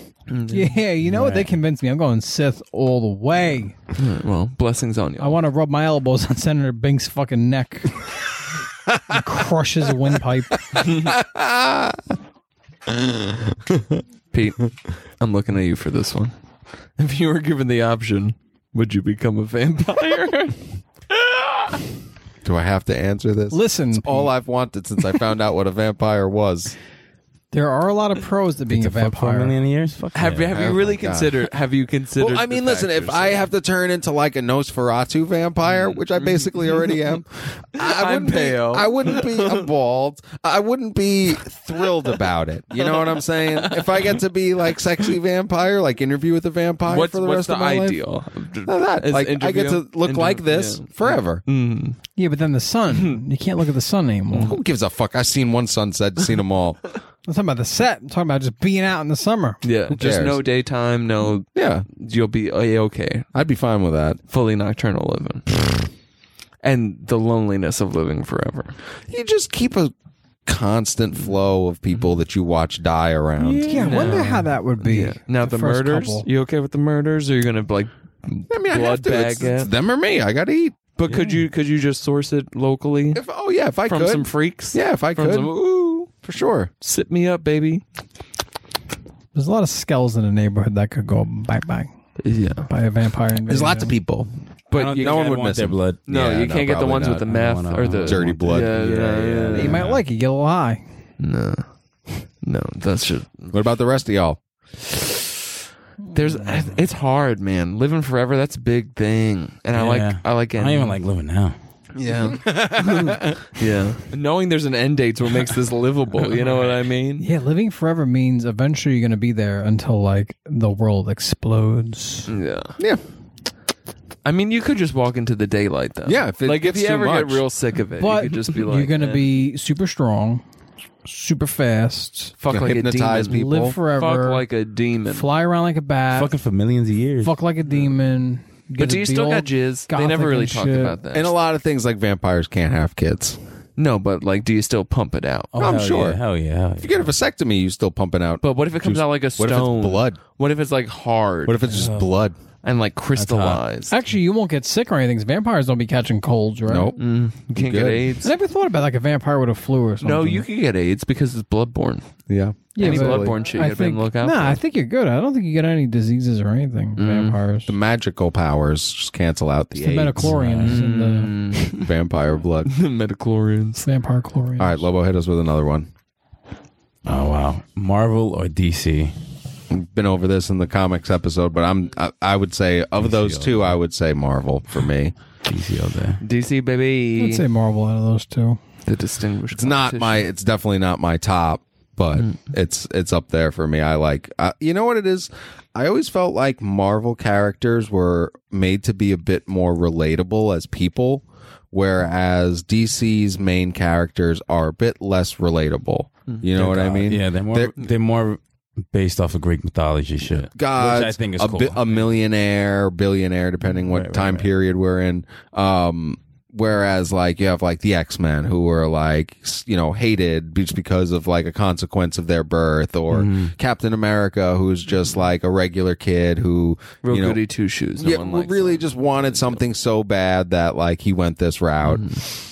[SPEAKER 3] Yeah, you know what? They
[SPEAKER 4] Right.
[SPEAKER 3] convinced me. I'm going Sith all the way.
[SPEAKER 2] Alright, Well, blessings on you.
[SPEAKER 3] I want to rub my elbows on (laughs) Senator Bink's fucking neck. and crush his windpipe.
[SPEAKER 2] Pete, I'm looking at you for this one. If you were given the option, would you become a vampire?
[SPEAKER 1] Do I have to answer this?
[SPEAKER 3] Listen,
[SPEAKER 1] All I've wanted since I found out what a vampire was.
[SPEAKER 3] there are a lot of pros to being
[SPEAKER 4] To
[SPEAKER 3] a
[SPEAKER 4] fuck for a
[SPEAKER 3] vampire.
[SPEAKER 4] million years? Fuck
[SPEAKER 2] (laughs) have
[SPEAKER 4] yeah.
[SPEAKER 2] have
[SPEAKER 1] Oh
[SPEAKER 2] you really
[SPEAKER 1] my God.
[SPEAKER 2] considered? Have you
[SPEAKER 1] (laughs)
[SPEAKER 2] considered?
[SPEAKER 1] Well, I
[SPEAKER 2] the
[SPEAKER 1] mean, listen, if
[SPEAKER 2] factors?
[SPEAKER 1] I have to turn into like a Nosferatu vampire, which I basically already am, I, I
[SPEAKER 2] I'm
[SPEAKER 1] wouldn't
[SPEAKER 2] pale.
[SPEAKER 1] Be, I wouldn't be I'm bald. I wouldn't be thrilled about it. You know what I'm saying? If I get to be like sexy vampire, like interview with a vampire
[SPEAKER 2] what's
[SPEAKER 1] for the rest
[SPEAKER 2] what's the
[SPEAKER 1] of my life.
[SPEAKER 2] ideal?
[SPEAKER 1] No, that.
[SPEAKER 2] Is
[SPEAKER 1] Like, I get to
[SPEAKER 2] interview?
[SPEAKER 1] look like
[SPEAKER 2] Interview,
[SPEAKER 1] this
[SPEAKER 2] yeah.
[SPEAKER 1] forever.
[SPEAKER 2] Mm.
[SPEAKER 3] Yeah, but then the sun. You can't look at the sun anymore.
[SPEAKER 1] Who gives a fuck? I've seen one sunset, seen them all.
[SPEAKER 3] I'm talking about the set. I'm talking about just being out in the summer.
[SPEAKER 2] Yeah, just
[SPEAKER 1] cares?
[SPEAKER 2] no daytime. No,
[SPEAKER 1] Yeah,
[SPEAKER 2] you'll be a okay.
[SPEAKER 1] I'd be fine with that.
[SPEAKER 2] Fully nocturnal
[SPEAKER 1] (laughs)
[SPEAKER 2] living, and the loneliness of living forever.
[SPEAKER 1] You just keep a constant flow of people that you watch die around.
[SPEAKER 3] Yeah, I wonder how that would be.
[SPEAKER 2] Yeah. Now the,
[SPEAKER 3] first
[SPEAKER 2] murders.
[SPEAKER 3] couple.
[SPEAKER 2] You okay with the murders? Or you are gonna like
[SPEAKER 1] I mean, I have
[SPEAKER 2] blood
[SPEAKER 1] to.
[SPEAKER 2] bag
[SPEAKER 1] It's, it's them or me. I got to eat.
[SPEAKER 2] But could you could you just source it locally
[SPEAKER 1] If, oh yeah, if I
[SPEAKER 2] from
[SPEAKER 1] could.
[SPEAKER 2] some freaks?
[SPEAKER 1] yeah, if I
[SPEAKER 2] from
[SPEAKER 1] could.
[SPEAKER 2] some ooh,
[SPEAKER 1] for sure.
[SPEAKER 2] sip me up, baby.
[SPEAKER 3] There's a lot of skulls in the neighborhood that could go bang bang
[SPEAKER 2] Yeah,
[SPEAKER 3] by a vampire. Invasion.
[SPEAKER 1] There's lots of people.
[SPEAKER 4] I
[SPEAKER 2] but
[SPEAKER 4] don't
[SPEAKER 2] you,
[SPEAKER 4] think
[SPEAKER 1] no one
[SPEAKER 4] I'd
[SPEAKER 1] would
[SPEAKER 4] want
[SPEAKER 1] miss
[SPEAKER 4] their
[SPEAKER 1] him.
[SPEAKER 4] blood.
[SPEAKER 2] no,
[SPEAKER 1] Yeah,
[SPEAKER 2] you
[SPEAKER 1] no,
[SPEAKER 2] can't get the
[SPEAKER 1] probably
[SPEAKER 2] ones with
[SPEAKER 1] not.
[SPEAKER 2] the
[SPEAKER 4] I
[SPEAKER 2] meth
[SPEAKER 4] don't wanna-
[SPEAKER 2] or the
[SPEAKER 1] Dirty blood.
[SPEAKER 2] Yeah, yeah,
[SPEAKER 4] yeah,
[SPEAKER 2] yeah.
[SPEAKER 3] You might like it. You get a little high.
[SPEAKER 2] No, no, that's just
[SPEAKER 1] What about the rest of y'all?
[SPEAKER 2] there's. It's hard, man. Living forever, that's a big thing, and I like
[SPEAKER 4] Yeah.
[SPEAKER 2] I like.
[SPEAKER 4] I don't even like living now.
[SPEAKER 2] Yeah, yeah. Knowing there's an end date to what makes this livable. You know what I mean?
[SPEAKER 3] Yeah, living forever means eventually you're gonna be there until like the world explodes.
[SPEAKER 2] Yeah.
[SPEAKER 1] (laughs) Yeah,
[SPEAKER 2] I mean, you could just walk into the daylight, though.
[SPEAKER 1] Yeah, if it
[SPEAKER 2] like if
[SPEAKER 1] gets
[SPEAKER 2] you
[SPEAKER 1] too
[SPEAKER 2] ever
[SPEAKER 1] much.
[SPEAKER 2] get real sick of it,
[SPEAKER 3] But
[SPEAKER 2] you could just be like,
[SPEAKER 3] you're gonna
[SPEAKER 2] eh,
[SPEAKER 3] be super strong, super fast,
[SPEAKER 2] fuck
[SPEAKER 1] Gonna
[SPEAKER 2] like a
[SPEAKER 1] hypnotize
[SPEAKER 2] demon,
[SPEAKER 1] people.
[SPEAKER 3] live forever,
[SPEAKER 2] fuck like a demon.
[SPEAKER 3] fly around like a bat,
[SPEAKER 4] Fucking for millions of years.
[SPEAKER 3] fuck like a demon.
[SPEAKER 2] but do you still got jizz? They
[SPEAKER 3] gothic
[SPEAKER 2] never really
[SPEAKER 3] and
[SPEAKER 2] talked
[SPEAKER 3] shit.
[SPEAKER 2] about that.
[SPEAKER 1] and a lot of things like vampires can't have kids.
[SPEAKER 2] no, but like, do you still pump it out?
[SPEAKER 4] Oh,
[SPEAKER 1] I'm
[SPEAKER 4] hell
[SPEAKER 1] sure.
[SPEAKER 4] Yeah, hell yeah. Hell
[SPEAKER 1] If you
[SPEAKER 4] yeah.
[SPEAKER 1] get a vasectomy, you still pumping out.
[SPEAKER 2] But what if it comes out like a
[SPEAKER 1] what if
[SPEAKER 2] stone?
[SPEAKER 1] it's blood?
[SPEAKER 2] What if it's like hard
[SPEAKER 1] What if it's just blood?
[SPEAKER 2] and like crystallized?
[SPEAKER 3] Actually, you won't get sick or anything. 'cause Vampires don't be catching colds, right?
[SPEAKER 1] Nope.
[SPEAKER 2] Mm, you can't
[SPEAKER 1] Good.
[SPEAKER 2] get
[SPEAKER 3] I
[SPEAKER 2] AIDS.
[SPEAKER 3] never thought about like a vampire with a flu or something.
[SPEAKER 2] No, you can get AIDS because it's bloodborne. (laughs)
[SPEAKER 1] Yeah.
[SPEAKER 3] Yeah,
[SPEAKER 2] Any
[SPEAKER 3] but
[SPEAKER 2] bloodborne shit you
[SPEAKER 3] I
[SPEAKER 2] gotta be on
[SPEAKER 3] think,
[SPEAKER 2] the lookout
[SPEAKER 3] Nah,
[SPEAKER 2] for. Mm.
[SPEAKER 3] I think you're good. I don't think you get any diseases or anything. Vampires,
[SPEAKER 1] The magical powers just cancel out the,
[SPEAKER 3] the
[SPEAKER 1] AIDS.
[SPEAKER 3] metachlorians
[SPEAKER 2] Mm,
[SPEAKER 3] and
[SPEAKER 1] vampire
[SPEAKER 2] (laughs)
[SPEAKER 1] blood.
[SPEAKER 2] the metachlorians.
[SPEAKER 3] the vampire chlorine.
[SPEAKER 1] All right, Lobo, hit us with another one.
[SPEAKER 4] Oh, wow. Marvel or DC?
[SPEAKER 1] Been over this in the comics episode, but I'm I, I would say of those two, I would say Marvel for me.
[SPEAKER 4] DC all day.
[SPEAKER 2] DC baby,
[SPEAKER 3] I'd say Marvel out of those two.
[SPEAKER 2] the distinguished.
[SPEAKER 1] It's not my. It's definitely not my top, but
[SPEAKER 4] Hmm.
[SPEAKER 1] it's it's up there for me. I like. Uh, you know what it is? I always felt like Marvel characters were made to be a bit more relatable as people, whereas DC's main characters are a bit less relatable. You know what I mean?
[SPEAKER 4] Uh, Yeah, Hmm. they're more they're,
[SPEAKER 1] They're-
[SPEAKER 4] more based off of Greek mythology shit.
[SPEAKER 1] gods,
[SPEAKER 4] Which I think is
[SPEAKER 1] a,
[SPEAKER 4] cool.
[SPEAKER 1] bi- a millionaire, billionaire, depending what
[SPEAKER 4] Right, right,
[SPEAKER 1] time
[SPEAKER 4] right.
[SPEAKER 1] period we're in. Um, whereas like you have like the X Men who are like s- you know hated just because of like a consequence of their birth, or
[SPEAKER 4] Mm-hmm.
[SPEAKER 1] Captain America who's just like a regular kid who
[SPEAKER 2] Real
[SPEAKER 1] you know
[SPEAKER 2] goody two shoes. No
[SPEAKER 1] yeah,
[SPEAKER 2] one
[SPEAKER 1] w-
[SPEAKER 2] likes
[SPEAKER 1] really
[SPEAKER 2] them.
[SPEAKER 1] just wanted something so bad that like he went this route.
[SPEAKER 4] Mm-hmm.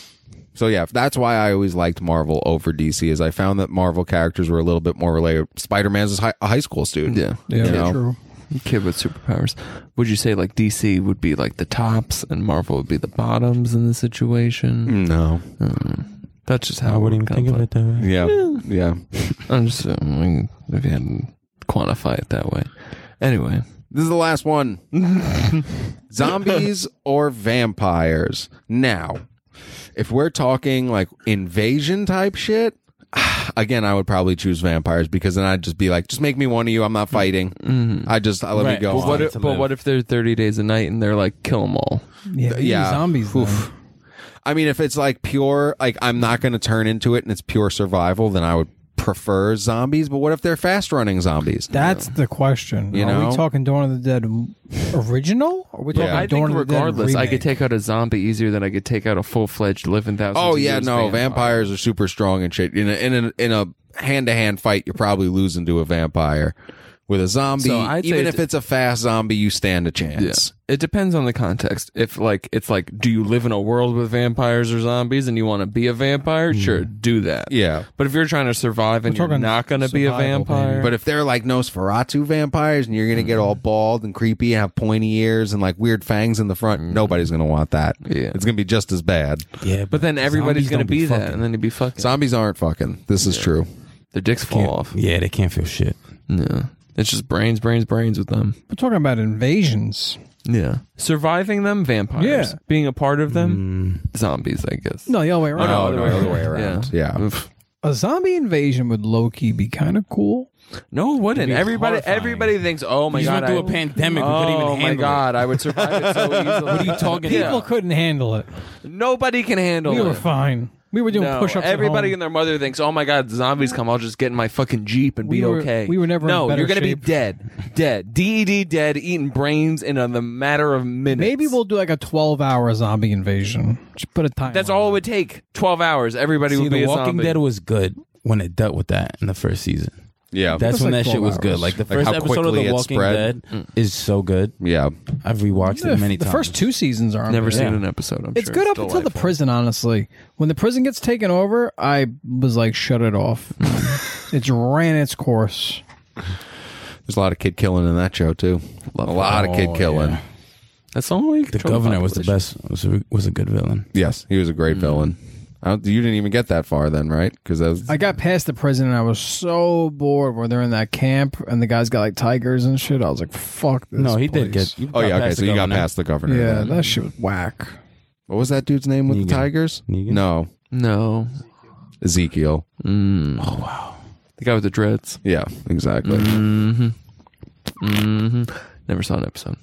[SPEAKER 1] So yeah, that's why I always liked Marvel over DC. Is I found that Marvel characters were a little bit more relatable. Spider Man's a high school student.
[SPEAKER 2] Yeah.
[SPEAKER 3] Yeah,
[SPEAKER 1] You know?
[SPEAKER 3] true.
[SPEAKER 2] Kid with superpowers. Would you say like DC would be like the tops and Marvel would be the bottoms in the situation?
[SPEAKER 1] No.
[SPEAKER 2] Mm. That's just how
[SPEAKER 4] I wouldn't
[SPEAKER 2] it
[SPEAKER 4] even think of
[SPEAKER 2] kinda
[SPEAKER 4] it that way.
[SPEAKER 1] Yeah. Yeah.
[SPEAKER 2] play. I'm just saying, if you hadn't quantify it that way. Anyway,
[SPEAKER 1] This is the last one. Zombies or vampires? Now, if we're talking like invasion type shit, (sighs) again, I would probably choose vampires because then I'd just be like, just make me one of you. I'm not fighting. I just I let
[SPEAKER 4] Right.
[SPEAKER 1] me go.
[SPEAKER 4] But
[SPEAKER 1] on.
[SPEAKER 2] what?
[SPEAKER 4] to
[SPEAKER 2] If, but
[SPEAKER 4] live.
[SPEAKER 2] what if they're 30 days a night and they're like kill them all?
[SPEAKER 3] Yeah, we need
[SPEAKER 1] yeah.
[SPEAKER 3] zombies. then.
[SPEAKER 1] Oof. I mean, if it's like pure, like I'm not going to turn into it and it's pure survival, then I would prefer zombies. But what if they're fast running zombies?
[SPEAKER 3] That's the question.
[SPEAKER 1] You
[SPEAKER 3] are
[SPEAKER 1] know?
[SPEAKER 3] we talking Dawn of the Dead original? Or are we talking
[SPEAKER 1] Yeah.
[SPEAKER 2] I
[SPEAKER 3] Dawn
[SPEAKER 2] think
[SPEAKER 3] of the Dead
[SPEAKER 2] regardless, I
[SPEAKER 3] remake?
[SPEAKER 2] could take out a zombie easier than I could take out a full fledged living thousand.
[SPEAKER 1] Oh yeah, no, vampires are super strong and shit. In a in a in a hand to hand fight, you're probably losing to a vampire. With a zombie,
[SPEAKER 2] So I'd say
[SPEAKER 1] even
[SPEAKER 2] it-
[SPEAKER 1] if it's a fast zombie, you stand a chance.
[SPEAKER 2] It depends on the context. If like it's like, do you live in a world with vampires or zombies and you want to be a vampire? Sure, do that.
[SPEAKER 1] Yeah.
[SPEAKER 2] But if you're trying to survive and you're
[SPEAKER 3] talking
[SPEAKER 2] not going to be a
[SPEAKER 3] survival,
[SPEAKER 2] vampire,
[SPEAKER 3] baby.
[SPEAKER 1] But if they're like Nosferatu vampires and you're gonna get all
[SPEAKER 2] Mm-hmm.
[SPEAKER 1] bald and creepy and have pointy ears and like weird fangs in the front, nobody's gonna want that.
[SPEAKER 2] Mm-hmm. Yeah.
[SPEAKER 1] It's gonna be just as bad.
[SPEAKER 4] Yeah,
[SPEAKER 2] but then everybody's
[SPEAKER 4] Zombies
[SPEAKER 2] going to
[SPEAKER 4] don't be
[SPEAKER 2] be, that,
[SPEAKER 4] fucking.
[SPEAKER 2] and then you'd be fucking.
[SPEAKER 1] Zombies aren't fucking. This is true.
[SPEAKER 2] Their dicks fall off.
[SPEAKER 4] yeah, they can't feel shit.
[SPEAKER 2] Yeah, it's just brains, brains, brains with them.
[SPEAKER 3] We're talking about invasions.
[SPEAKER 2] Yeah, surviving them, vampires.
[SPEAKER 3] Yeah.
[SPEAKER 2] being a part of them, zombies. I guess.
[SPEAKER 3] No, the other way around.
[SPEAKER 1] no,
[SPEAKER 2] Oh, other
[SPEAKER 1] no,
[SPEAKER 2] way
[SPEAKER 1] other way
[SPEAKER 2] around.
[SPEAKER 1] around. Yeah.
[SPEAKER 2] Oof.
[SPEAKER 3] A zombie invasion would low key be kind of cool.
[SPEAKER 2] No, it wouldn't.
[SPEAKER 4] It'd be
[SPEAKER 2] Everybody,
[SPEAKER 4] horrifying.
[SPEAKER 2] everybody thinks, "Oh my
[SPEAKER 4] We just
[SPEAKER 2] god,
[SPEAKER 4] went through
[SPEAKER 2] I-
[SPEAKER 4] a pandemic. We couldn't even
[SPEAKER 2] Oh my
[SPEAKER 4] handle
[SPEAKER 2] god, I would survive it so easily. what are you talking
[SPEAKER 3] People couldn't handle it.
[SPEAKER 2] Nobody can handle
[SPEAKER 3] We
[SPEAKER 2] it.
[SPEAKER 3] were fine. We were doing
[SPEAKER 2] No,
[SPEAKER 3] push ups.
[SPEAKER 2] everybody and their mother thinks, "Oh my god, zombies come! I'll just get in my fucking jeep and
[SPEAKER 3] We
[SPEAKER 2] be
[SPEAKER 3] were-
[SPEAKER 2] okay."
[SPEAKER 3] we were never in
[SPEAKER 2] No,
[SPEAKER 3] better
[SPEAKER 2] you're gonna
[SPEAKER 3] shape.
[SPEAKER 2] be dead, dead, DED, dead, eating brains in a the matter of minutes.
[SPEAKER 3] Maybe we'll do like a 12 hour zombie invasion. Just put a time.
[SPEAKER 2] That's
[SPEAKER 3] on
[SPEAKER 2] all
[SPEAKER 3] it.
[SPEAKER 2] it would take. Twelve hours. Everybody
[SPEAKER 4] See,
[SPEAKER 2] would be
[SPEAKER 4] The
[SPEAKER 2] a
[SPEAKER 4] Walking
[SPEAKER 2] zombie.
[SPEAKER 4] Dead was good when it dealt with that in the first season.
[SPEAKER 1] Yeah.
[SPEAKER 4] That's
[SPEAKER 3] That's
[SPEAKER 4] when
[SPEAKER 3] like
[SPEAKER 4] that shit
[SPEAKER 3] 12
[SPEAKER 4] was good.
[SPEAKER 3] hours.
[SPEAKER 4] Like the
[SPEAKER 1] Like
[SPEAKER 4] first
[SPEAKER 1] how
[SPEAKER 4] episode of
[SPEAKER 1] quickly
[SPEAKER 4] The
[SPEAKER 1] it
[SPEAKER 4] Walking
[SPEAKER 1] spread.
[SPEAKER 4] Dead is so good.
[SPEAKER 1] yeah.
[SPEAKER 4] I've rewatched
[SPEAKER 3] The,
[SPEAKER 4] it many
[SPEAKER 3] the
[SPEAKER 4] times.
[SPEAKER 3] first two seasons are
[SPEAKER 2] Never
[SPEAKER 3] amazing.
[SPEAKER 2] seen an episode. I'm
[SPEAKER 3] It's
[SPEAKER 2] sure.
[SPEAKER 3] good up until the
[SPEAKER 2] delightful.
[SPEAKER 3] prison, honestly. When the prison gets taken over, I was like, shut it (laughs) off. it's ran its course.
[SPEAKER 1] There's a lot of kid killing in that show too. a lot of kid
[SPEAKER 4] Oh,
[SPEAKER 1] killing.
[SPEAKER 4] yeah.
[SPEAKER 2] That's the only way.
[SPEAKER 4] The governor was the best. Was a, was a good villain.
[SPEAKER 1] Yes, he was a great villain. I don't, you didn't even get that far then, right? Because that was
[SPEAKER 3] I got past the prison and I was so bored where they're in that camp and the guys got like tigers and shit. I was like, fuck this.
[SPEAKER 4] No, he did
[SPEAKER 3] place.
[SPEAKER 4] get. you
[SPEAKER 1] oh
[SPEAKER 4] got
[SPEAKER 1] yeah, okay.
[SPEAKER 4] past
[SPEAKER 1] So
[SPEAKER 4] the
[SPEAKER 1] you got
[SPEAKER 4] governor.
[SPEAKER 1] past the governor.
[SPEAKER 3] Yeah,
[SPEAKER 1] then.
[SPEAKER 3] that shit was whack.
[SPEAKER 1] what was that dude's name with
[SPEAKER 4] Negan.
[SPEAKER 1] the tigers?
[SPEAKER 4] Negan?
[SPEAKER 1] No,
[SPEAKER 2] No.
[SPEAKER 1] Ezekiel.
[SPEAKER 2] Mm. Oh wow. The guy with the dreads.
[SPEAKER 1] Yeah, exactly.
[SPEAKER 2] Mm-hmm. Mm-hmm. Never saw an episode.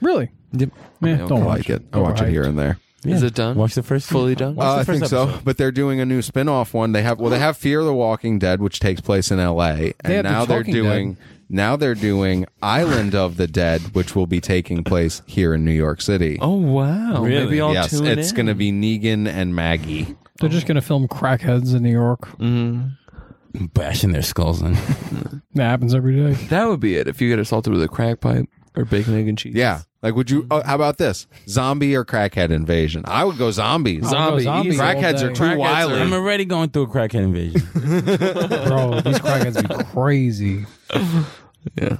[SPEAKER 3] Really?
[SPEAKER 2] Yep.
[SPEAKER 3] Yeah,
[SPEAKER 2] okay.
[SPEAKER 3] don't
[SPEAKER 1] I
[SPEAKER 3] watch
[SPEAKER 1] like it. I watch it here and there.
[SPEAKER 2] Is
[SPEAKER 4] Yeah.
[SPEAKER 2] it done?
[SPEAKER 4] Watch the first.
[SPEAKER 2] Fully done.
[SPEAKER 1] Uh, I
[SPEAKER 4] What's the
[SPEAKER 1] think
[SPEAKER 4] first
[SPEAKER 1] so,
[SPEAKER 4] episode?
[SPEAKER 1] but they're doing a new spin-off one. They have well, they have Fear the Walking Dead, which takes place in L.A., and
[SPEAKER 3] They have The
[SPEAKER 1] now they're
[SPEAKER 3] Talking
[SPEAKER 1] doing now they're doing Island of the Dead, which will be taking place here in New York City.
[SPEAKER 2] Oh wow!
[SPEAKER 4] Really?
[SPEAKER 2] Maybe I'll
[SPEAKER 1] yes,
[SPEAKER 2] tune
[SPEAKER 1] it's
[SPEAKER 2] in.
[SPEAKER 1] going to be Negan and Maggie.
[SPEAKER 3] They're just gonna film crackheads in New York.
[SPEAKER 4] Bashing their skulls in.
[SPEAKER 3] That happens every day.
[SPEAKER 2] That would be it if you get assaulted with a crack pipe or bacon, egg, and cheese.
[SPEAKER 1] Yeah. Like, would you? Oh, how about this? Zombie or crackhead invasion? I would go zombies.
[SPEAKER 3] I'll go
[SPEAKER 2] Zombie,
[SPEAKER 3] zombies
[SPEAKER 2] easy.
[SPEAKER 3] all
[SPEAKER 1] Oh, Crackheads
[SPEAKER 3] day.
[SPEAKER 1] are too wily.
[SPEAKER 4] (laughs) I'm already going through a crackhead invasion.
[SPEAKER 1] (laughs)
[SPEAKER 3] bro. These crackheads be crazy.
[SPEAKER 2] yeah.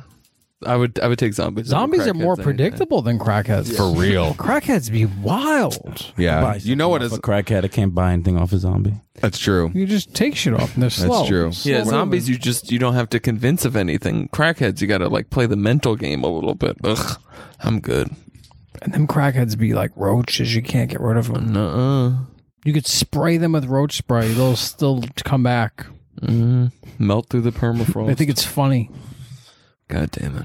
[SPEAKER 2] I would, I would take zombies. over
[SPEAKER 3] Zombies are
[SPEAKER 2] crackheads
[SPEAKER 3] more
[SPEAKER 2] any day.
[SPEAKER 3] predictable than crackheads for real. Crackheads be wild.
[SPEAKER 1] yeah.
[SPEAKER 4] Buy
[SPEAKER 1] You know what
[SPEAKER 4] something
[SPEAKER 1] is?
[SPEAKER 4] off a crackhead? I can't buy anything off a zombie.
[SPEAKER 1] That's true.
[SPEAKER 3] You just take shit off and they're slow.
[SPEAKER 1] true.
[SPEAKER 3] Slow
[SPEAKER 2] Yeah,
[SPEAKER 3] moving.
[SPEAKER 2] zombies. You just you don't have to convince of anything. Crackheads, you got to like play the mental game a little bit. Ugh, I'm good.
[SPEAKER 3] And them crackheads be like roaches. You can't get rid of them.
[SPEAKER 2] Nuh-uh.
[SPEAKER 3] You could spray them with roach spray. They'll still come back.
[SPEAKER 2] Mm. Melt through the permafrost. (laughs)
[SPEAKER 3] They think it's funny.
[SPEAKER 2] God damn it.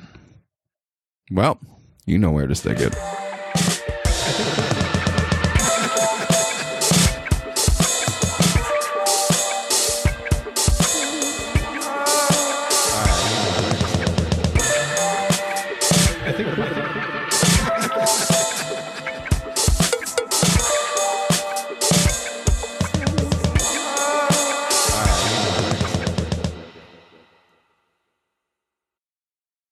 [SPEAKER 1] Well, you know where to stick it.